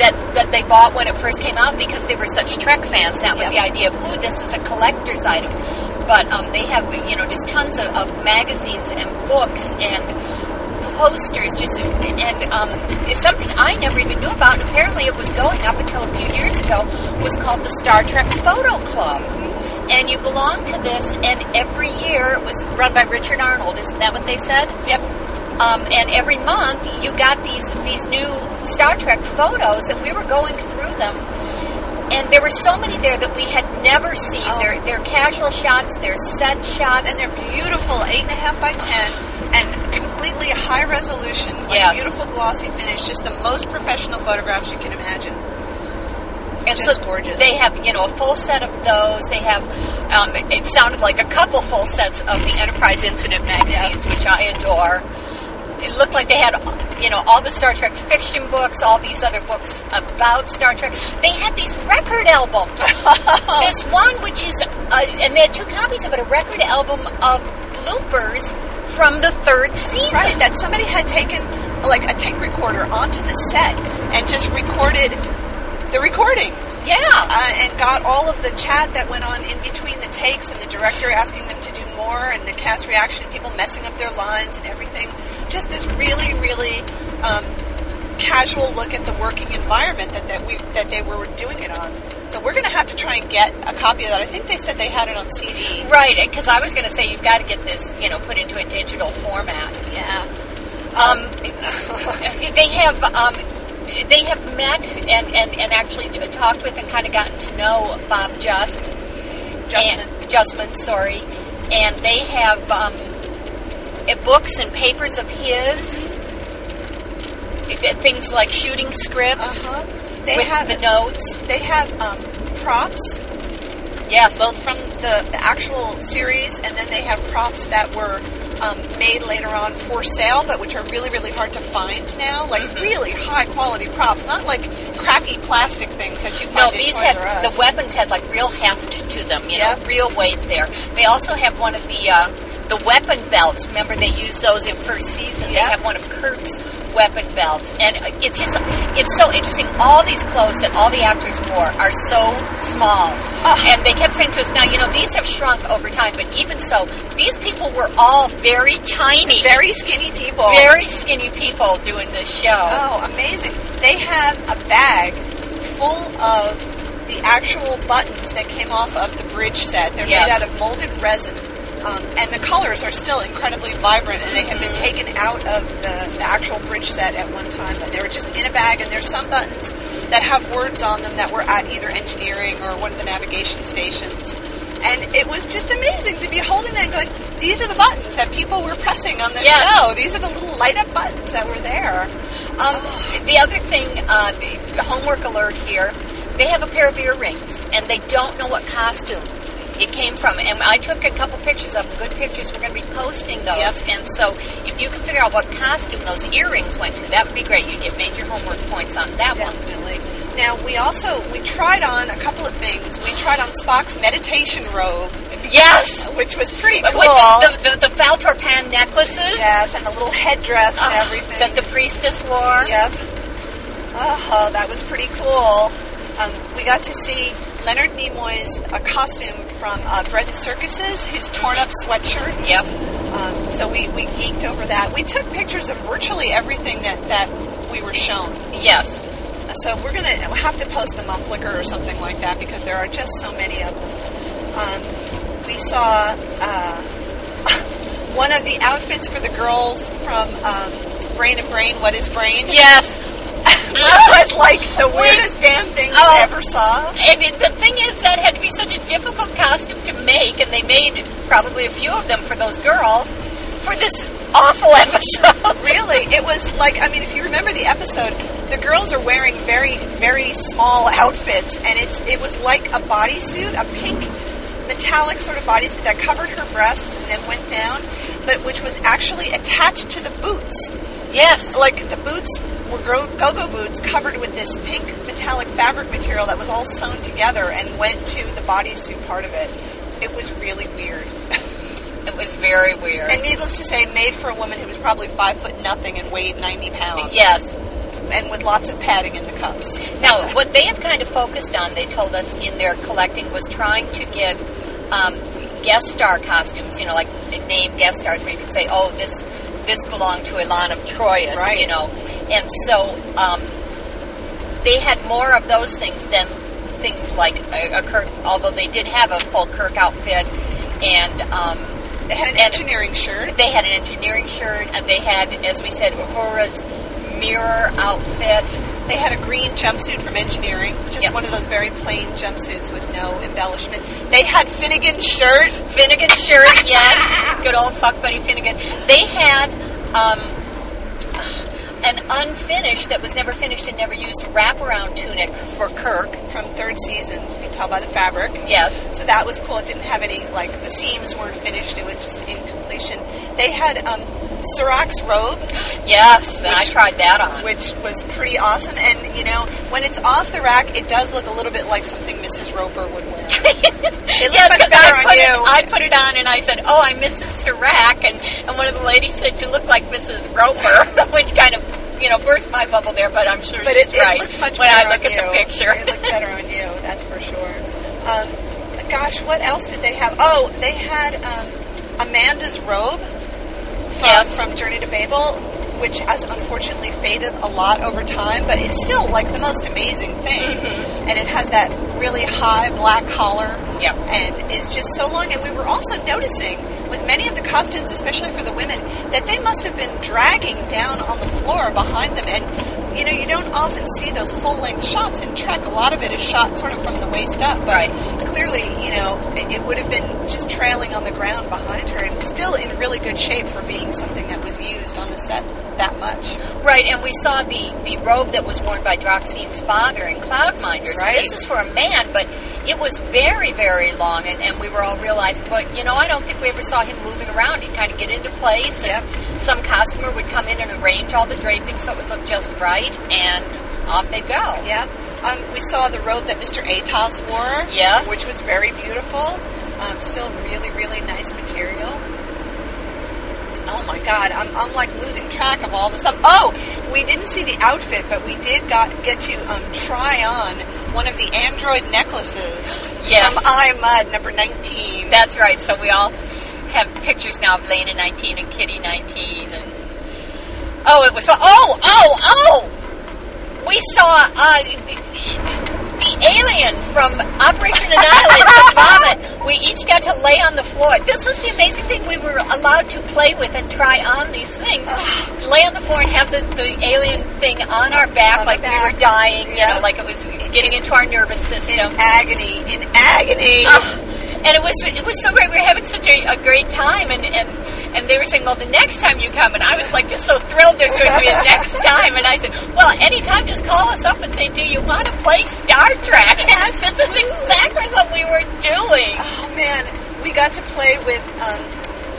Speaker 2: that, that they bought when it first came out because they were such Trek fans. Now
Speaker 1: Yep.
Speaker 2: with the idea of ooh, this is a collector's item. But um, they have you know just tons of, of magazines and books and posters. Just and um, it's something I never even knew about. And apparently, it was going up until a few years ago. Was called the Star Trek Photo Club. And you belong to this, and every year it was run by Richard Arnold. Isn't that what they said?
Speaker 1: Yep.
Speaker 2: um, and every month you got these these new Star Trek photos, and we were going through them, and there were so many there that we had never seen.
Speaker 1: Oh.
Speaker 2: They're, they're casual shots, they're set shots.
Speaker 1: and they're beautiful, eight and a half by ten, and completely high resolution, like
Speaker 2: Yes.
Speaker 1: beautiful glossy finish, just the most professional photographs you can imagine.
Speaker 2: and
Speaker 1: just gorgeous.
Speaker 2: They have you know a full set of those. They have um, it, it sounded like a couple full sets of the Enterprise Incident magazines, which I adore. It looked like they had you know all the Star Trek fiction books, all these other books about Star Trek. They had these record albums.
Speaker 1: *laughs*
Speaker 2: this one, which is uh, and they had two copies of it, a record album of bloopers from the third season.
Speaker 1: Right, that somebody had taken like a tape recorder onto the set and just recorded the recording.
Speaker 2: yeah.
Speaker 1: Uh, and got all of the chat that went on in between the takes and the director asking them to do more and the cast reaction and people messing up their lines and everything. Just this really, really um, casual look at the working environment that, that we that they were doing it on. So we're going to have to try and get a copy of that. I think they said they had it on CD.
Speaker 2: Right, because I was going to say you've got to get this, you know, put into a digital format. Yeah. Um, *laughs* they have um, they have met and, and, and actually talked with and kind of gotten to know Bob Just.
Speaker 1: Justman.
Speaker 2: And, Justman, sorry. And they have um, eh, books and papers of his. eh, Things like shooting scripts
Speaker 1: Uh-huh. They
Speaker 2: with
Speaker 1: have
Speaker 2: the notes.
Speaker 1: they have um, props
Speaker 2: Yeah, both
Speaker 1: from the, the actual series, and then they have props that were um, made later on for sale, but which are really, really hard to find now. Like
Speaker 2: Mm-hmm.
Speaker 1: really high quality props, not like crappy plastic things that you
Speaker 2: No,
Speaker 1: find. in
Speaker 2: these
Speaker 1: Toys
Speaker 2: had
Speaker 1: R Us.
Speaker 2: the weapons had like real heft to them, you know,
Speaker 1: Yeah.
Speaker 2: real weight there. They also have one of the uh, the weapon belts. Remember, they used those in first season. They
Speaker 1: Yeah.
Speaker 2: have one of Kirk's weapon belts, and uh, it's just it's so interesting. All these clothes that all the actors wore are so small, and they kept saying to us, "Now, you know, these have shrunk over time, but even so, these people were all very tiny,
Speaker 1: very skinny people.
Speaker 2: very skinny people doing this show."
Speaker 1: Oh, amazing. They had a bag full of the actual buttons that came off of the bridge set. They're
Speaker 2: Yes.
Speaker 1: made out of molded resin. Um, and the colors are still incredibly vibrant, and they had been taken out of the, the actual bridge set at one time. But they were just in a bag, and there's some buttons that have words on them that were at either engineering or one of the navigation stations. And it was just amazing to be holding that, and going, "These are the buttons that people were pressing on the
Speaker 2: Yes.
Speaker 1: show. These are the little light up buttons that were there."
Speaker 2: Um, the other thing, uh, the homework alert here, they have a pair of earrings, and they don't know what costume it came from. And I took a couple pictures of them, good pictures. We're going to be posting those. And so if you can figure out what costume those earrings went to, that would be great. You'd get major homework points on that one.
Speaker 1: Definitely. Now we also we tried on a couple of things. We tried on Spock's meditation robe, *laughs*
Speaker 2: Yes!
Speaker 1: which was pretty
Speaker 2: But
Speaker 1: cool.
Speaker 2: with the, the, the Faltor Pan necklaces
Speaker 1: yes, and the little headdress
Speaker 2: uh,
Speaker 1: and everything.
Speaker 2: that the priestess wore.
Speaker 1: yep. Oh, that was pretty cool. Um, we got to see Leonard Nimoy's a costume from uh, Bread and Circuses, his torn up sweatshirt.
Speaker 2: Yep.
Speaker 1: Um, so we, we geeked over that. We took pictures of virtually everything that, that we were shown.
Speaker 2: Yes.
Speaker 1: So we're gonna have to post them on Flickr or something like that because there are just so many of them. Um, we saw uh, *laughs* one of the outfits for the girls from um, Brain and Brain. What is Brain?
Speaker 2: Yes.
Speaker 1: *laughs*
Speaker 2: *laughs*
Speaker 1: It was like the weirdest damn thing
Speaker 2: Oh.
Speaker 1: you ever saw.
Speaker 2: And it, the thing is, that had to be such a difficult costume to make, and they made probably a few of them for those girls for this awful *laughs* episode.
Speaker 1: Really, it was like I mean, if you remember the episode, the girls are wearing very very small outfits, and it's it was like a bodysuit, a pink metallic sort of bodysuit that covered her breasts and then went down, but which was actually attached to the boots.
Speaker 2: yes.
Speaker 1: Like the boots were go go boots covered with this pink metallic fabric material that was all sewn together and went to the bodysuit part of it. It was really weird.
Speaker 2: It was very weird.
Speaker 1: And needless to say, made for a woman who was probably five foot nothing and weighed 90 pounds
Speaker 2: yes.
Speaker 1: and with lots of padding in the cups.
Speaker 2: Now, what they have kind of focused on, they told us in their collecting, was trying to get um, guest star costumes. You know, like name guest stars where you could say, "Oh, this this belonged to Ilan of Troyes,"
Speaker 1: Right.
Speaker 2: you know. And so um, they had more of those things than things like a, a Kirk. Although they did have a full Kirk outfit, and um,
Speaker 1: They had an
Speaker 2: And-
Speaker 1: engineering shirt.
Speaker 2: they had an engineering shirt, and they had, as we said, Aurora's mirror outfit.
Speaker 1: They had a green jumpsuit from engineering, just
Speaker 2: Yep.
Speaker 1: one of those very plain jumpsuits with no embellishment. They had Finnegan's shirt.
Speaker 2: Finnegan shirt, yes. Good old fuck buddy Finnegan. They had um, an unfinished that was never finished and never used wraparound tunic for Kirk.
Speaker 1: From third season, you can tell by the fabric.
Speaker 2: Yes.
Speaker 1: So that was cool. It didn't have any like the seams weren't finished. It was just incompletion. They had um, Ciroc's robe,
Speaker 2: Yes. And I
Speaker 1: Which-
Speaker 2: tried that on.
Speaker 1: which was pretty awesome. And you know, when it's off the rack, it does look a little bit like something Mrs. Roper would wear. it looked
Speaker 2: Yes,
Speaker 1: much
Speaker 2: 'cause
Speaker 1: better
Speaker 2: I
Speaker 1: on
Speaker 2: put, it,
Speaker 1: you.
Speaker 2: I put it on and I said, "Oh, I'm Mrs. Sirac," and, and one of the ladies said, "You look like Mrs. Roper," *laughs* which kind of you know burst my bubble there, but I'm sure
Speaker 1: but
Speaker 2: she's
Speaker 1: it, it
Speaker 2: right
Speaker 1: looked much
Speaker 2: when
Speaker 1: better
Speaker 2: I look
Speaker 1: on
Speaker 2: at
Speaker 1: you.
Speaker 2: the picture.
Speaker 1: it looked better on you, that's for sure. Um, gosh, what else did they have? Oh, they had um, Amanda's robe from,
Speaker 2: Yes.
Speaker 1: from Journey to Babel, which has unfortunately faded a lot over time, but it's still like the most amazing thing.
Speaker 2: Mm-hmm.
Speaker 1: And it has that really high black collar.
Speaker 2: Yep.
Speaker 1: And is just so long. And we were also noticing with many of the costumes, especially for the women, that they must have been dragging down on the floor behind them. And, you know, you don't often see those full length shots in Trek. A lot of it is shot sort of from the waist up. But
Speaker 2: Right.
Speaker 1: clearly, you know, it, it would have been just trailing on the ground behind her and still in really good shape for being something that was used on the set that much.
Speaker 2: Right, and we saw the, the robe that was worn by Droxine's father in Cloudminders. And
Speaker 1: Right.
Speaker 2: This is for a man, but it was very, very long, and, and we were all realized, but you know, I don't think we ever saw him moving around. He'd kind of get into place, and some costumer would come in and arrange all the draping so it would look just right, and off they go.
Speaker 1: Yep. Um, we saw the robe that Mr. Atos wore.
Speaker 2: Yes.
Speaker 1: Which was very beautiful. Um, still really, really nice material. Oh my God, I'm, I'm like losing track of all the stuff. Oh, we didn't see the outfit, but we did got get to um, try on one of the android necklaces
Speaker 2: Yes.
Speaker 1: from iMud number 19.
Speaker 2: That's right. So we all have pictures now of Lena 19 and Kitty 19 and oh, it was so oh oh oh. We saw uh, the, the alien from
Speaker 1: *laughs*
Speaker 2: Operation Annihilate the vomit. We each got to lay on the floor. This was the amazing thing. We were allowed to play with and try on these
Speaker 1: *sighs*
Speaker 2: things. lay on the floor and have the, the alien thing on our
Speaker 1: On
Speaker 2: back
Speaker 1: our
Speaker 2: like we were
Speaker 1: back.
Speaker 2: dying. You
Speaker 1: Yeah.
Speaker 2: know, like it was getting into our nervous
Speaker 1: in
Speaker 2: system.
Speaker 1: agony, in agony.
Speaker 2: Ugh. *laughs* and it was it was so great. We were having such a, a great time, and, and and they were saying, "Well, the next time you come," and I was like, just so thrilled. There's going to be
Speaker 1: *laughs*
Speaker 2: a next time, and I said, "Well, anytime, just call us up and say, do you want to play Star Trek?" *laughs* And this is exactly what we were doing.
Speaker 1: Oh man, we got to play with um,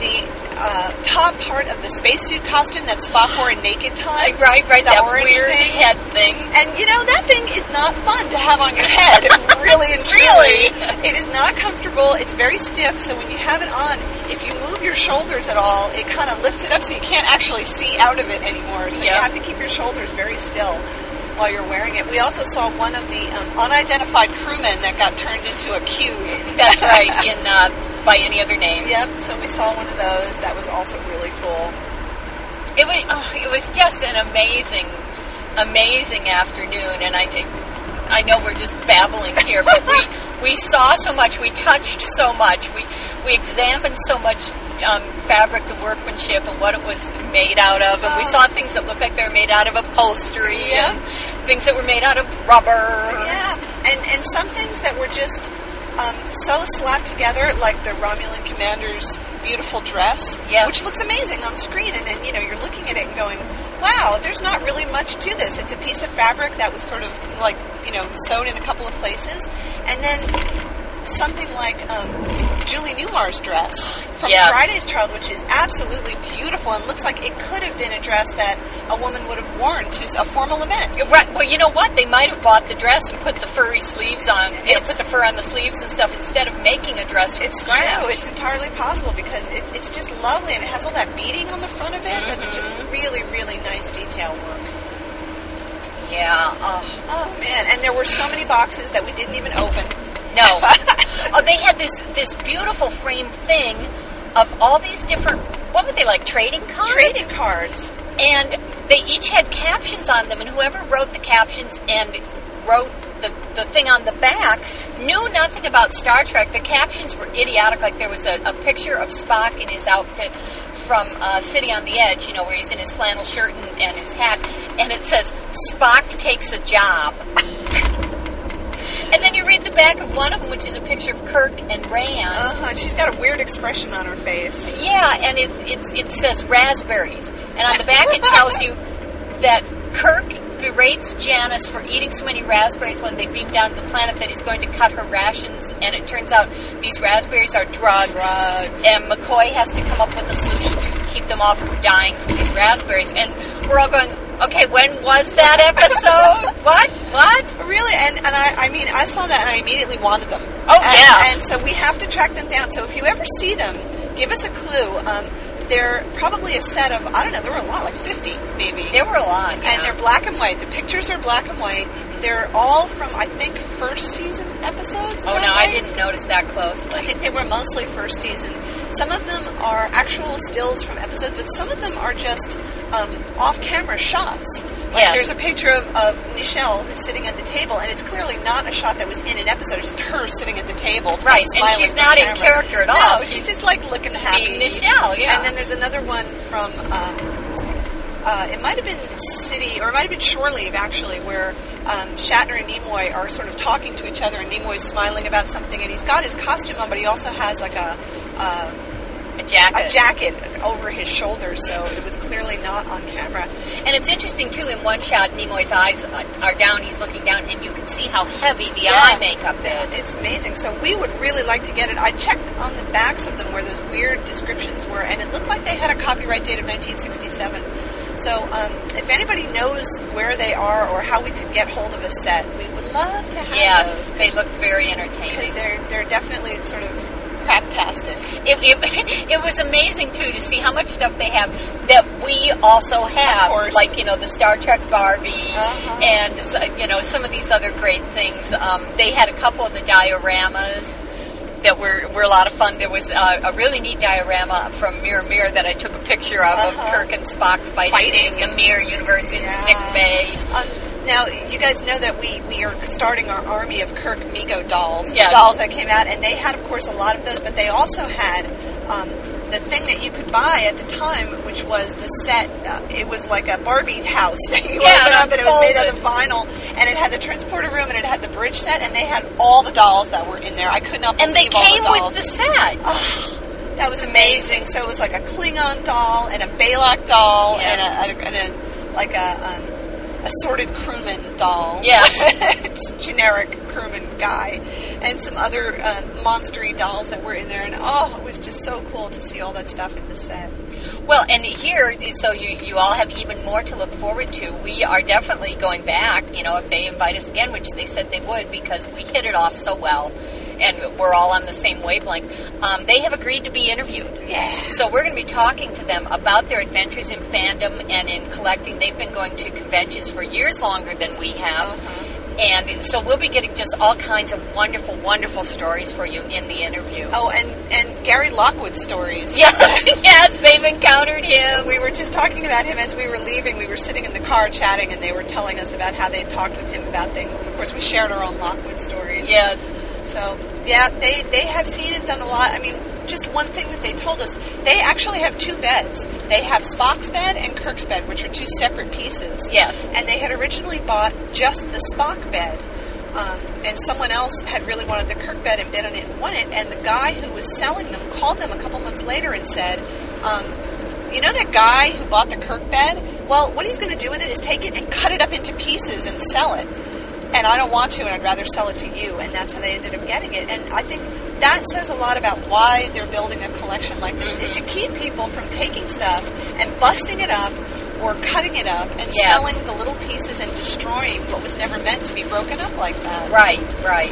Speaker 1: the uh, top part of the spacesuit costume that Spock wore in Naked Time.
Speaker 2: Like, right, right,
Speaker 1: The
Speaker 2: that
Speaker 1: orange
Speaker 2: weird
Speaker 1: thing?
Speaker 2: head thing.
Speaker 1: And you know that thing is not fun to have on your head.
Speaker 2: *laughs*
Speaker 1: really and truly,
Speaker 2: Really?
Speaker 1: it is not comfortable. It's very stiff. So when you have it on, if you move your shoulders at all, it kind of lifts it up, so you can't actually see out of it anymore. So you
Speaker 2: Yeah.
Speaker 1: have to keep your shoulders very still while you're wearing it. We also saw one of the um, unidentified crewmen that got turned into a cube.
Speaker 2: That's right. In uh, by any other name.
Speaker 1: Yep, so we saw one of those. That was also really cool.
Speaker 2: It was oh, it was just an amazing, amazing afternoon, and I think I know we're just babbling here, but
Speaker 1: *laughs*
Speaker 2: we we saw so much, we touched so much, we we examined so much um, fabric, the workmanship, and what it was made out of, and we saw things that looked like they were made out of upholstery,
Speaker 1: Yeah.
Speaker 2: and things that were made out of rubber.
Speaker 1: Yeah, and and some things that were just um, so slapped together, like the Romulan commander's beautiful dress,
Speaker 2: Yes.
Speaker 1: which looks amazing on screen, and then you know you're looking at it and going, "Wow, there's not really much to this. It's a piece of fabric that was sort of like you know sewed in a couple of places," and then something like um, Julie Newmar's dress from
Speaker 2: Yes.
Speaker 1: Friday's Child, which is absolutely beautiful and looks like it could have been a dress that a woman would have worn to a formal event.
Speaker 2: Right. Well, you know what? They might have bought the dress and put the furry
Speaker 1: *laughs*
Speaker 2: sleeves on, you know,
Speaker 1: It's-
Speaker 2: put the fur on the sleeves and stuff instead of making a dress from
Speaker 1: It's
Speaker 2: scratch.
Speaker 1: true. It's entirely possible because it, it's just lovely and it has all that beading on the front of it. That's just really, really nice detail work.
Speaker 2: Yeah. Oh.
Speaker 1: Oh man! And there were so many boxes that we didn't even open.
Speaker 2: No. oh, they had this this beautiful framed thing of all these different. What were they like? Trading cards.
Speaker 1: Trading cards.
Speaker 2: And they each had captions on them, and whoever wrote the captions and wrote the, the thing on the back knew nothing about Star Trek. The captions were idiotic. Like there was a, a picture of Spock in his outfit from uh, City on the Edge, you know, where he's in his flannel shirt and, and his hat, and it says Spock takes a job. *laughs* And then you read the back of one of them, which is a picture of Kirk and Rand.
Speaker 1: Uh huh. She's got a weird expression on her face.
Speaker 2: Yeah, and it, it's it says raspberries. And on the back, it tells you that Kirk berates Janice for eating so many raspberries when they beam down to the planet that he's going to cut her rations. And it turns out these raspberries are drugs.
Speaker 1: Drugs.
Speaker 2: And McCoy has to come up with a solution to keep them all from dying from these raspberries. And we're all going, okay, when was that
Speaker 1: *laughs*
Speaker 2: episode? what? What?
Speaker 1: Really, and, and I, I mean, I saw that and I immediately wanted them.
Speaker 2: Oh,
Speaker 1: And-
Speaker 2: yeah.
Speaker 1: And so we have to track them down. So if you ever see them, give us a clue. Um, they're probably a set of I don't know. There were a lot, like fifty maybe.
Speaker 2: There were a lot.
Speaker 1: and
Speaker 2: yeah.
Speaker 1: they're black and white. The pictures are black and white. They're all from I think first season episodes. Is
Speaker 2: Oh
Speaker 1: that
Speaker 2: no, I
Speaker 1: right?
Speaker 2: didn't notice that closely.
Speaker 1: I think they were mostly first season. Some of them are actual stills from episodes, but some of them are just um, off-camera shots. Like
Speaker 2: Yes.
Speaker 1: there's a picture of, of Nichelle who's sitting at the table, and it's clearly not a shot that was in an episode. It's just her sitting at the table, kind of
Speaker 2: Right, and
Speaker 1: smiling
Speaker 2: she's
Speaker 1: at
Speaker 2: not
Speaker 1: the
Speaker 2: in
Speaker 1: camera.
Speaker 2: character at
Speaker 1: No,
Speaker 2: all.
Speaker 1: she's
Speaker 2: She's
Speaker 1: just like looking happy.
Speaker 2: being Nichelle, yeah.
Speaker 1: And then there's another one from. Um, uh, it might have been City, or it might have been Shore Leave, actually, where um, Shatner and Nimoy are sort of talking to each other, and Nimoy's smiling about something, and he's got his costume on, but he also has like a uh,
Speaker 2: a jacket.
Speaker 1: a jacket over his shoulder, so it was clearly not on camera.
Speaker 2: And it's interesting too. In one shot, Nimoy's eyes uh, are down. He's looking down, and you can see how heavy the eye makeup
Speaker 1: Th-
Speaker 2: is.
Speaker 1: It's amazing. So we would really like to get it. I checked on the backs of them where those weird descriptions were, and it looked like they had a copyright date of 1967. So um, if anybody knows where they are or how we could get hold of a set, we would love to have
Speaker 2: Yes,
Speaker 1: those
Speaker 2: they look very
Speaker 1: because
Speaker 2: entertaining.
Speaker 1: they're they're definitely sort of craptastic.
Speaker 2: It, it, *laughs* it was amazing too to see how much stuff they have that we also have,
Speaker 1: Of course.
Speaker 2: like you know the Star Trek Barbie
Speaker 1: Uh-huh.
Speaker 2: and so- you know some of these other great things. Um, they had a couple of the dioramas that were, were a lot of fun. There was uh, a really neat diorama from Mirror Mirror that I took a picture of
Speaker 1: Uh-huh.
Speaker 2: of Kirk and Spock fighting,
Speaker 1: Fighting
Speaker 2: in the Mirror universe in
Speaker 1: Yeah.
Speaker 2: Sick Bay.
Speaker 1: Um, now, you guys know that we, we are starting our army of Kirk Mego dolls,
Speaker 2: Yes.
Speaker 1: the dolls that came out, and they had, of course, a lot of those, but they also had um, the thing that you could buy at the time, which was the set. Uh, it was like a Barbie house *laughs* that you
Speaker 2: Yeah,
Speaker 1: opened up, and it was made out of
Speaker 2: unfolded.
Speaker 1: vinyl, and it had the transporter room, and it had the bridge set, and they had all the dolls that were in there. I could not
Speaker 2: And they
Speaker 1: believe all
Speaker 2: came
Speaker 1: the dolls.
Speaker 2: with the set.
Speaker 1: Oh, that was amazing. So it was like a Klingon doll and a Balok doll
Speaker 2: Yeah.
Speaker 1: and, a, and a like a um, assorted crewman doll. *laughs*
Speaker 2: Yes.
Speaker 1: Just generic crewman guy, and some other um, monstery dolls that were in there. And oh, it was just so cool to see all that stuff in the set.
Speaker 2: Well, and here, so you, you all have even more to look forward to. We are definitely going back, you know, if they invite us again, which they said they would because we hit it off so well and we're all on the same wavelength. Um, they have agreed to be interviewed.
Speaker 1: Yeah.
Speaker 2: So we're going to be talking to them about their adventures in fandom and in collecting. They've been going to conventions for years longer than we have.
Speaker 1: Uh-huh.
Speaker 2: And so we'll be getting just all kinds of wonderful, wonderful stories for you in the interview.
Speaker 1: Oh, and and Gary Lockwood stories.
Speaker 2: *laughs* Yes, yes, they've encountered
Speaker 1: *laughs*
Speaker 2: him.
Speaker 1: We were just talking about him as we were leaving. We were sitting in the car chatting, and they were telling us about how they talked with him about things. And of course, we shared our own Lockwood stories.
Speaker 2: Yes.
Speaker 1: So yeah, they they have seen and done a lot. I mean, just one thing that they told us, they actually have two beds. They have Spock's bed and Kirk's bed, which are two separate pieces.
Speaker 2: Yes.
Speaker 1: And they had originally bought just the Spock bed. Um, and someone else had really wanted the Kirk bed and bid on it and won it. And the guy who was selling them called them a couple months later and said, um, You know that guy who bought the Kirk bed? Well, what he's going to do with it is take it and cut it up into pieces and sell it. And I don't want to, and I'd rather sell it to you. And that's how they ended up getting it. And I think that says a lot about why they're building a collection like this is to keep people from taking stuff and busting it up or cutting it up and
Speaker 2: Yes.
Speaker 1: selling the little pieces and destroying what was never meant to be broken up like that.
Speaker 2: Right, right.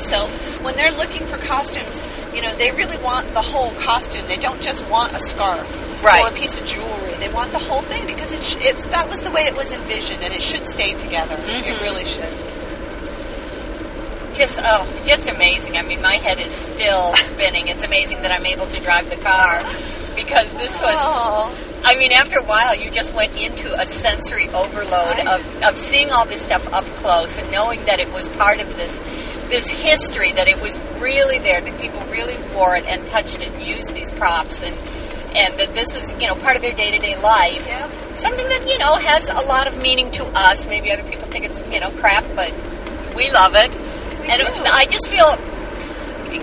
Speaker 1: So when they're looking for costumes, you know, they really want the whole costume. They don't just want a scarf
Speaker 2: Right.
Speaker 1: or a piece of jewelry. They want the whole thing because it sh- it's that was the way it was envisioned and it should stay together. It really should.
Speaker 2: Just oh, just amazing. I mean, my head is still spinning. It's amazing that I'm able to drive the car because this was.
Speaker 1: Oh.
Speaker 2: I mean, after a while, you just went into a sensory overload of, of seeing all this stuff up close and knowing that it was part of this this history that it was really there that people really wore it and touched it and used these props and and that this was you know part of their day to day life.
Speaker 1: Yeah.
Speaker 2: Something that you know has a lot of meaning to us. Maybe other people think it's you know crap, but we love it.
Speaker 1: We
Speaker 2: and
Speaker 1: do.
Speaker 2: I just feel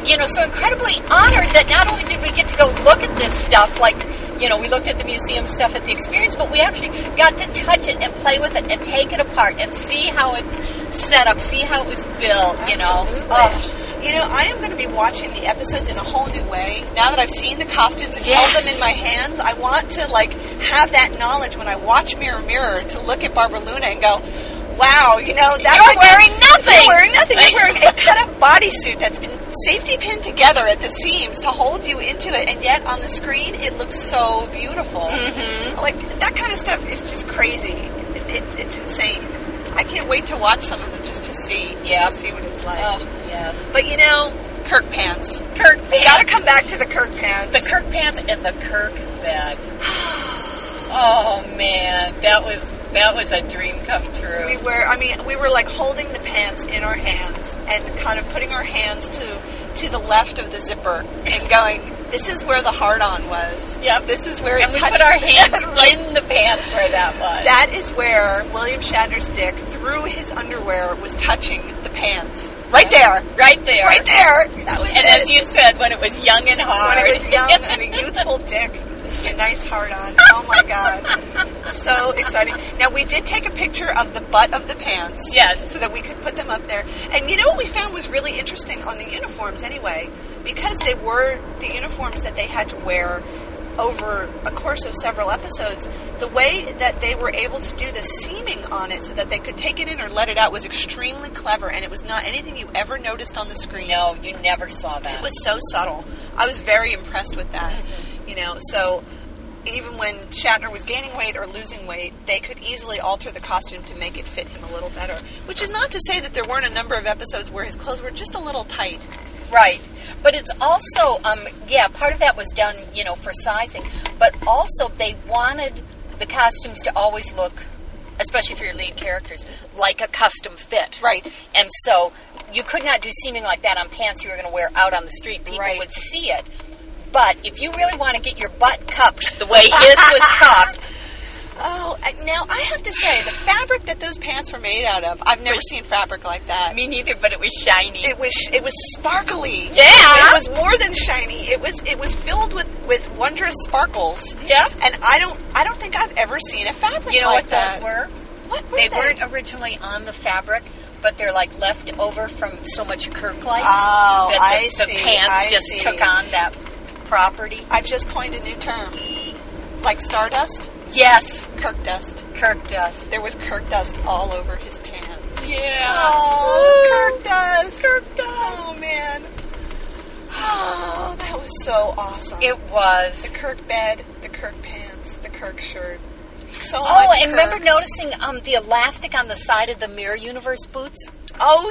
Speaker 2: you know, so incredibly honored that not only did we get to go look at this stuff, like, you know, we looked at the museum stuff at the experience, but we actually got to touch it and play with it and take it apart and see how it's set up, see how it was built, you know.
Speaker 1: Absolutely.
Speaker 2: Oh,
Speaker 1: um, You know, I am going to be watching the episodes in a whole new way. Now that I've seen the costumes and held them in my hands, I want to like have that knowledge when I watch Mirror Mirror to look at Barbara Luna and go, "Wow, you know, that's
Speaker 2: You're
Speaker 1: a-
Speaker 2: wearing nothing."
Speaker 1: You're wearing nothing. You're wearing
Speaker 2: *laughs*
Speaker 1: a cut-up bodysuit that's been safety pinned together at the seams to hold you into it, and yet on the screen it looks so beautiful.
Speaker 2: Mm-hmm.
Speaker 1: Like that kind of stuff is just crazy. It, it, it's insane. I can't wait to watch some of them just to see,
Speaker 2: Yeah.
Speaker 1: to see what it's like.
Speaker 2: oh yes.
Speaker 1: Uh, But you know, Kirk pants.
Speaker 2: Kirk
Speaker 1: We gotta
Speaker 2: pants.
Speaker 1: come back to the Kirk pants.
Speaker 2: The Kirk pants and the Kirk
Speaker 1: *sighs*
Speaker 2: bed. Oh man, that was that was a dream come true.
Speaker 1: We were, I mean, we were like holding the pants in our hands and kind of putting our hands to to the left of the zipper and going, "This is where the hard on was.
Speaker 2: Yep.
Speaker 1: This is where
Speaker 2: and
Speaker 1: it
Speaker 2: we
Speaker 1: touched
Speaker 2: put our
Speaker 1: the- *laughs*
Speaker 2: hands
Speaker 1: right
Speaker 2: in the pants where that was.
Speaker 1: That is where William Shatner's dick through his underwear was touching the pants. Right there.
Speaker 2: Right there.
Speaker 1: Right there. That was
Speaker 2: And
Speaker 1: it.
Speaker 2: as you said, when it was young and hard.
Speaker 1: when it was young and a youthful dick. A nice hard on. Oh my god. So exciting. Now we did take a picture of the butt of the pants.
Speaker 2: Yes.
Speaker 1: So that we could put them up there. And you know what we found was really interesting on the uniforms anyway, because they were the uniforms that they had to wear over a course of several episodes, the way that they were able to do the seaming on it so that they could take it in or let it out was extremely clever and it was not anything you ever noticed on the screen.
Speaker 2: no, you never saw that.
Speaker 1: It was so subtle. I was very impressed with that. You know, so even when Shatner was gaining weight or losing weight, they could easily alter the costume to make it fit him a little better. Which is not to say that there weren't a number of episodes where his clothes were just a little tight.
Speaker 2: Right. But it's also, um, yeah, part of that was done, you know, for sizing. But also, they wanted the costumes to always look, especially for your lead characters, like a custom fit.
Speaker 1: Right.
Speaker 2: And so you could not do seaming like that on pants you were going to wear out on the street. People
Speaker 1: Right.
Speaker 2: would see it. But if you really want to get your butt cupped
Speaker 1: *laughs*
Speaker 2: the way his was cupped,
Speaker 1: Oh, I- now I have to say, the fabric that those pants were made out of, I've never seen fabric like that.
Speaker 2: me neither, but it was shiny.
Speaker 1: It was it was sparkly.
Speaker 2: Yeah.
Speaker 1: It was more than shiny. It was it was filled with with wondrous sparkles. *laughs*
Speaker 2: Yep.
Speaker 1: And I don't I don't think I've ever seen a fabric
Speaker 2: you know
Speaker 1: like
Speaker 2: what
Speaker 1: that.
Speaker 2: those were?
Speaker 1: What were
Speaker 2: They
Speaker 1: they?
Speaker 2: weren't originally on the fabric, but they're like left over from so much Kirk light.
Speaker 1: Oh,
Speaker 2: that
Speaker 1: I
Speaker 2: the, the
Speaker 1: see,
Speaker 2: pants
Speaker 1: I
Speaker 2: just
Speaker 1: see.
Speaker 2: took on that property.
Speaker 1: I've just coined a new term. Like stardust,
Speaker 2: Yes,
Speaker 1: Kirk dust.
Speaker 2: Kirk does.
Speaker 1: There was Kirk dust all over his pants.
Speaker 2: Yeah.
Speaker 1: Oh, Kirk dust. Kirk dust. Oh man. Oh, that was so awesome.
Speaker 2: It was.
Speaker 1: the Kirk bed, the Kirk pants, the Kirk shirt. So
Speaker 2: Oh,
Speaker 1: much
Speaker 2: and
Speaker 1: Kirk.
Speaker 2: remember noticing um, the elastic on the side of the Mirror Universe boots?
Speaker 1: Oh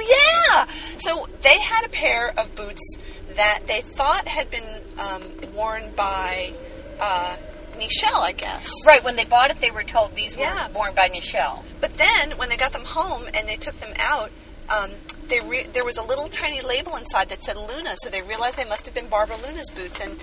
Speaker 1: yeah. So they had a pair of boots that they thought had been um, worn by uh, Michelle, I guess.
Speaker 2: Right, when they bought it, they were told these were
Speaker 1: Yeah.
Speaker 2: worn by Nichelle.
Speaker 1: But then when they got them home and they took them out, um, they re- there was a little tiny label inside that said Luna, so they realized they must have been Barbara Luna's boots and.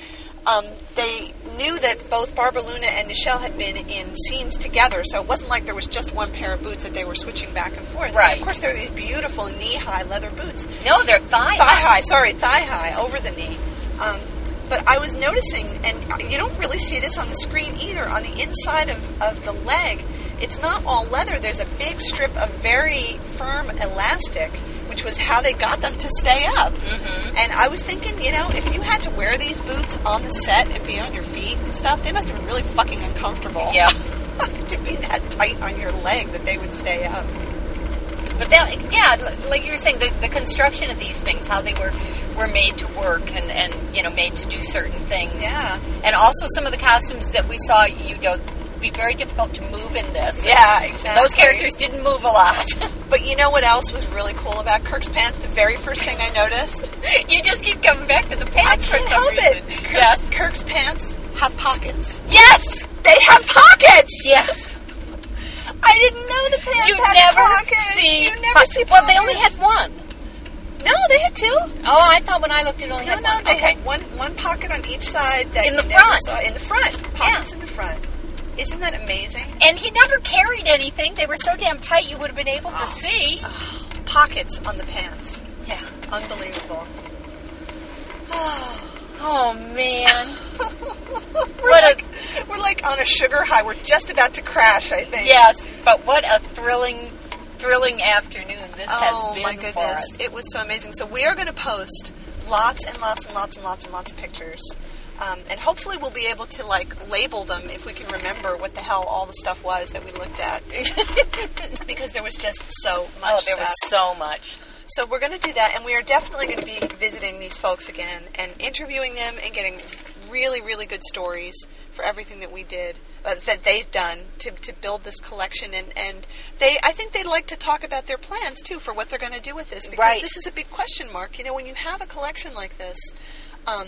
Speaker 1: Um, they knew that both Barbara Luna and Nichelle had been in scenes together, so it wasn't like there was just one pair of boots that they were switching back and forth. And
Speaker 2: Right.
Speaker 1: of course, there were these beautiful knee-high leather boots.
Speaker 2: No, they're thigh
Speaker 1: thigh high. Sorry, thigh high over the knee. Um, but I was noticing, and you don't really see this on the screen either. On the inside of, of the leg, it's not all leather. There's a big strip of very firm elastic, which was how they got them to stay up. Mm-hmm. And I was thinking, you know, if you had to wear these boots on the set and be on your feet and stuff, they must have been really fucking uncomfortable.
Speaker 2: Yeah.
Speaker 1: *laughs* to be that tight on your leg that they would stay up.
Speaker 2: But that, yeah, l- like you were saying, the, the construction of these things, how they were were made to work and, and you know made to do certain things.
Speaker 1: Yeah.
Speaker 2: And also some of the costumes that we saw, you know, be very difficult to move in this.
Speaker 1: Yeah, exactly.
Speaker 2: Those characters didn't move a lot. *laughs*
Speaker 1: But you know what else was really cool about Kirk's pants? The very first thing I noticed.
Speaker 2: you just keep coming back to the
Speaker 1: I
Speaker 2: pants for
Speaker 1: can't
Speaker 2: some
Speaker 1: help
Speaker 2: reason.
Speaker 1: it. Kirk,
Speaker 2: Yes.
Speaker 1: Kirk's pants have pockets.
Speaker 2: Yes.
Speaker 1: They have pockets.
Speaker 2: Yes.
Speaker 1: I didn't know the pants
Speaker 2: You
Speaker 1: had
Speaker 2: never
Speaker 1: pockets.
Speaker 2: see.
Speaker 1: you never
Speaker 2: po-
Speaker 1: see.
Speaker 2: Well,
Speaker 1: Pockets.
Speaker 2: they only had one.
Speaker 1: No, they had two.
Speaker 2: Oh, I thought when I looked, it only
Speaker 1: No,
Speaker 2: had
Speaker 1: no,
Speaker 2: one.
Speaker 1: they
Speaker 2: okay.
Speaker 1: had one one pocket on each side. That
Speaker 2: In the
Speaker 1: you never
Speaker 2: front.
Speaker 1: saw- in the front, pockets in the front. Isn't that amazing?
Speaker 2: And he never carried anything. They were so damn tight, you would have been able to
Speaker 1: Ah.
Speaker 2: see.
Speaker 1: Pockets on the pants.
Speaker 2: Yeah.
Speaker 1: Unbelievable. *laughs* *laughs*
Speaker 2: Oh man. what a
Speaker 1: We're like on a sugar high. We're just about to crash. I think.
Speaker 2: yes, but what a thrilling, thrilling afternoon this
Speaker 1: Oh
Speaker 2: has been
Speaker 1: my
Speaker 2: for
Speaker 1: goodness,
Speaker 2: us.
Speaker 1: it was so amazing. So we are going to post lots and lots and lots and lots and lots of pictures, um, and hopefully we'll be able to like label them if we can remember what the hell all the stuff was that we looked
Speaker 2: *laughs*
Speaker 1: at, because there was just so much.
Speaker 2: Oh, there was
Speaker 1: stuff.
Speaker 2: so much.
Speaker 1: So we're going to do that, and we are definitely going to be visiting these folks again and interviewing them and getting really, really good stories for everything that we did, uh, that they've done to, to build this collection. And, and they, I think they'd like to talk about their plans too for what they're going to do with this because
Speaker 2: Right.
Speaker 1: this is a big question mark. You know, when you have a collection like this, um,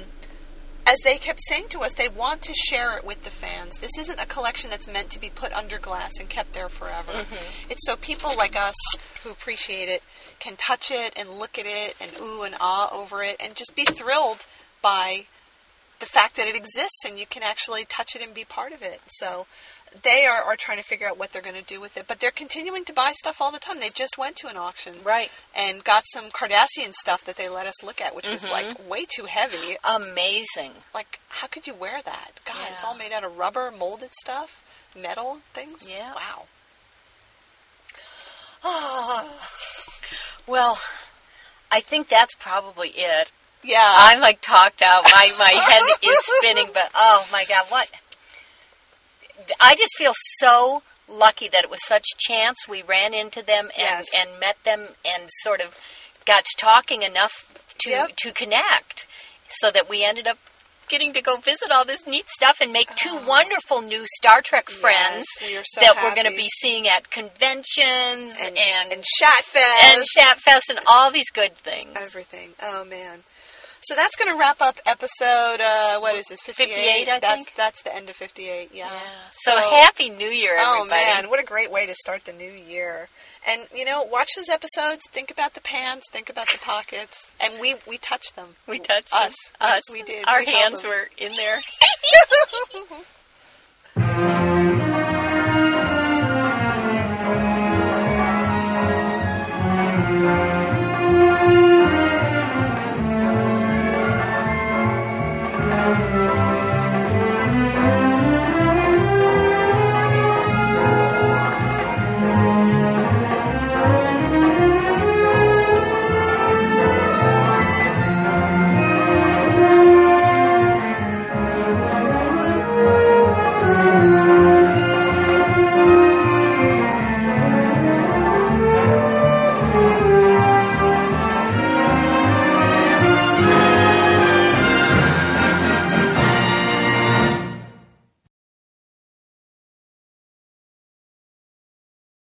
Speaker 1: as they kept saying to us, they want to share it with the fans. This isn't a collection that's meant to be put under glass and kept there forever. It's so people like us who appreciate it can touch it and look at it and ooh and ah over it and just be thrilled by the fact that it exists and you can actually touch it and be part of it. So they are, are trying to figure out what they're going to do with it. But they're continuing to buy stuff all the time. They just went to an auction.
Speaker 2: Right.
Speaker 1: And got some Cardassian stuff that they let us look at, which was like way too heavy.
Speaker 2: Amazing.
Speaker 1: Like, how could you wear that? God, it's
Speaker 2: Yeah.
Speaker 1: all made out of rubber, molded stuff, metal things.
Speaker 2: Yeah.
Speaker 1: Wow.
Speaker 2: Well, I think that's probably it.
Speaker 1: Yeah.
Speaker 2: I'm like talked out. My my head is spinning, but oh my god, what? I just feel so lucky that it was such chance we ran into them and
Speaker 1: Yes.
Speaker 2: and met them and sort of got to talking enough to
Speaker 1: Yep.
Speaker 2: to connect so that we ended up getting to go visit all this neat stuff and make two wonderful new Star Trek friends
Speaker 1: Ah. Yes, we are so
Speaker 2: that we're going
Speaker 1: happy.
Speaker 2: to be seeing at conventions
Speaker 1: and,
Speaker 2: and
Speaker 1: and Shatfest.
Speaker 2: and Chatfest and all these good things.
Speaker 1: everything. Oh man. So that's going to wrap up episode. Uh, what is this? 58?
Speaker 2: 58, I
Speaker 1: that's,
Speaker 2: think.
Speaker 1: That's the end of fifty-eight. Yeah.
Speaker 2: Yeah. So, happy New Year, everybody!
Speaker 1: Oh man, what a great way to start the new year! And you know, watch those episodes. Think about the pants. Think about the pockets. And we we touched them.
Speaker 2: we touched
Speaker 1: us.
Speaker 2: us.
Speaker 1: We, we did.
Speaker 2: Our
Speaker 1: We held
Speaker 2: hands
Speaker 1: them. *laughs*
Speaker 2: were in there.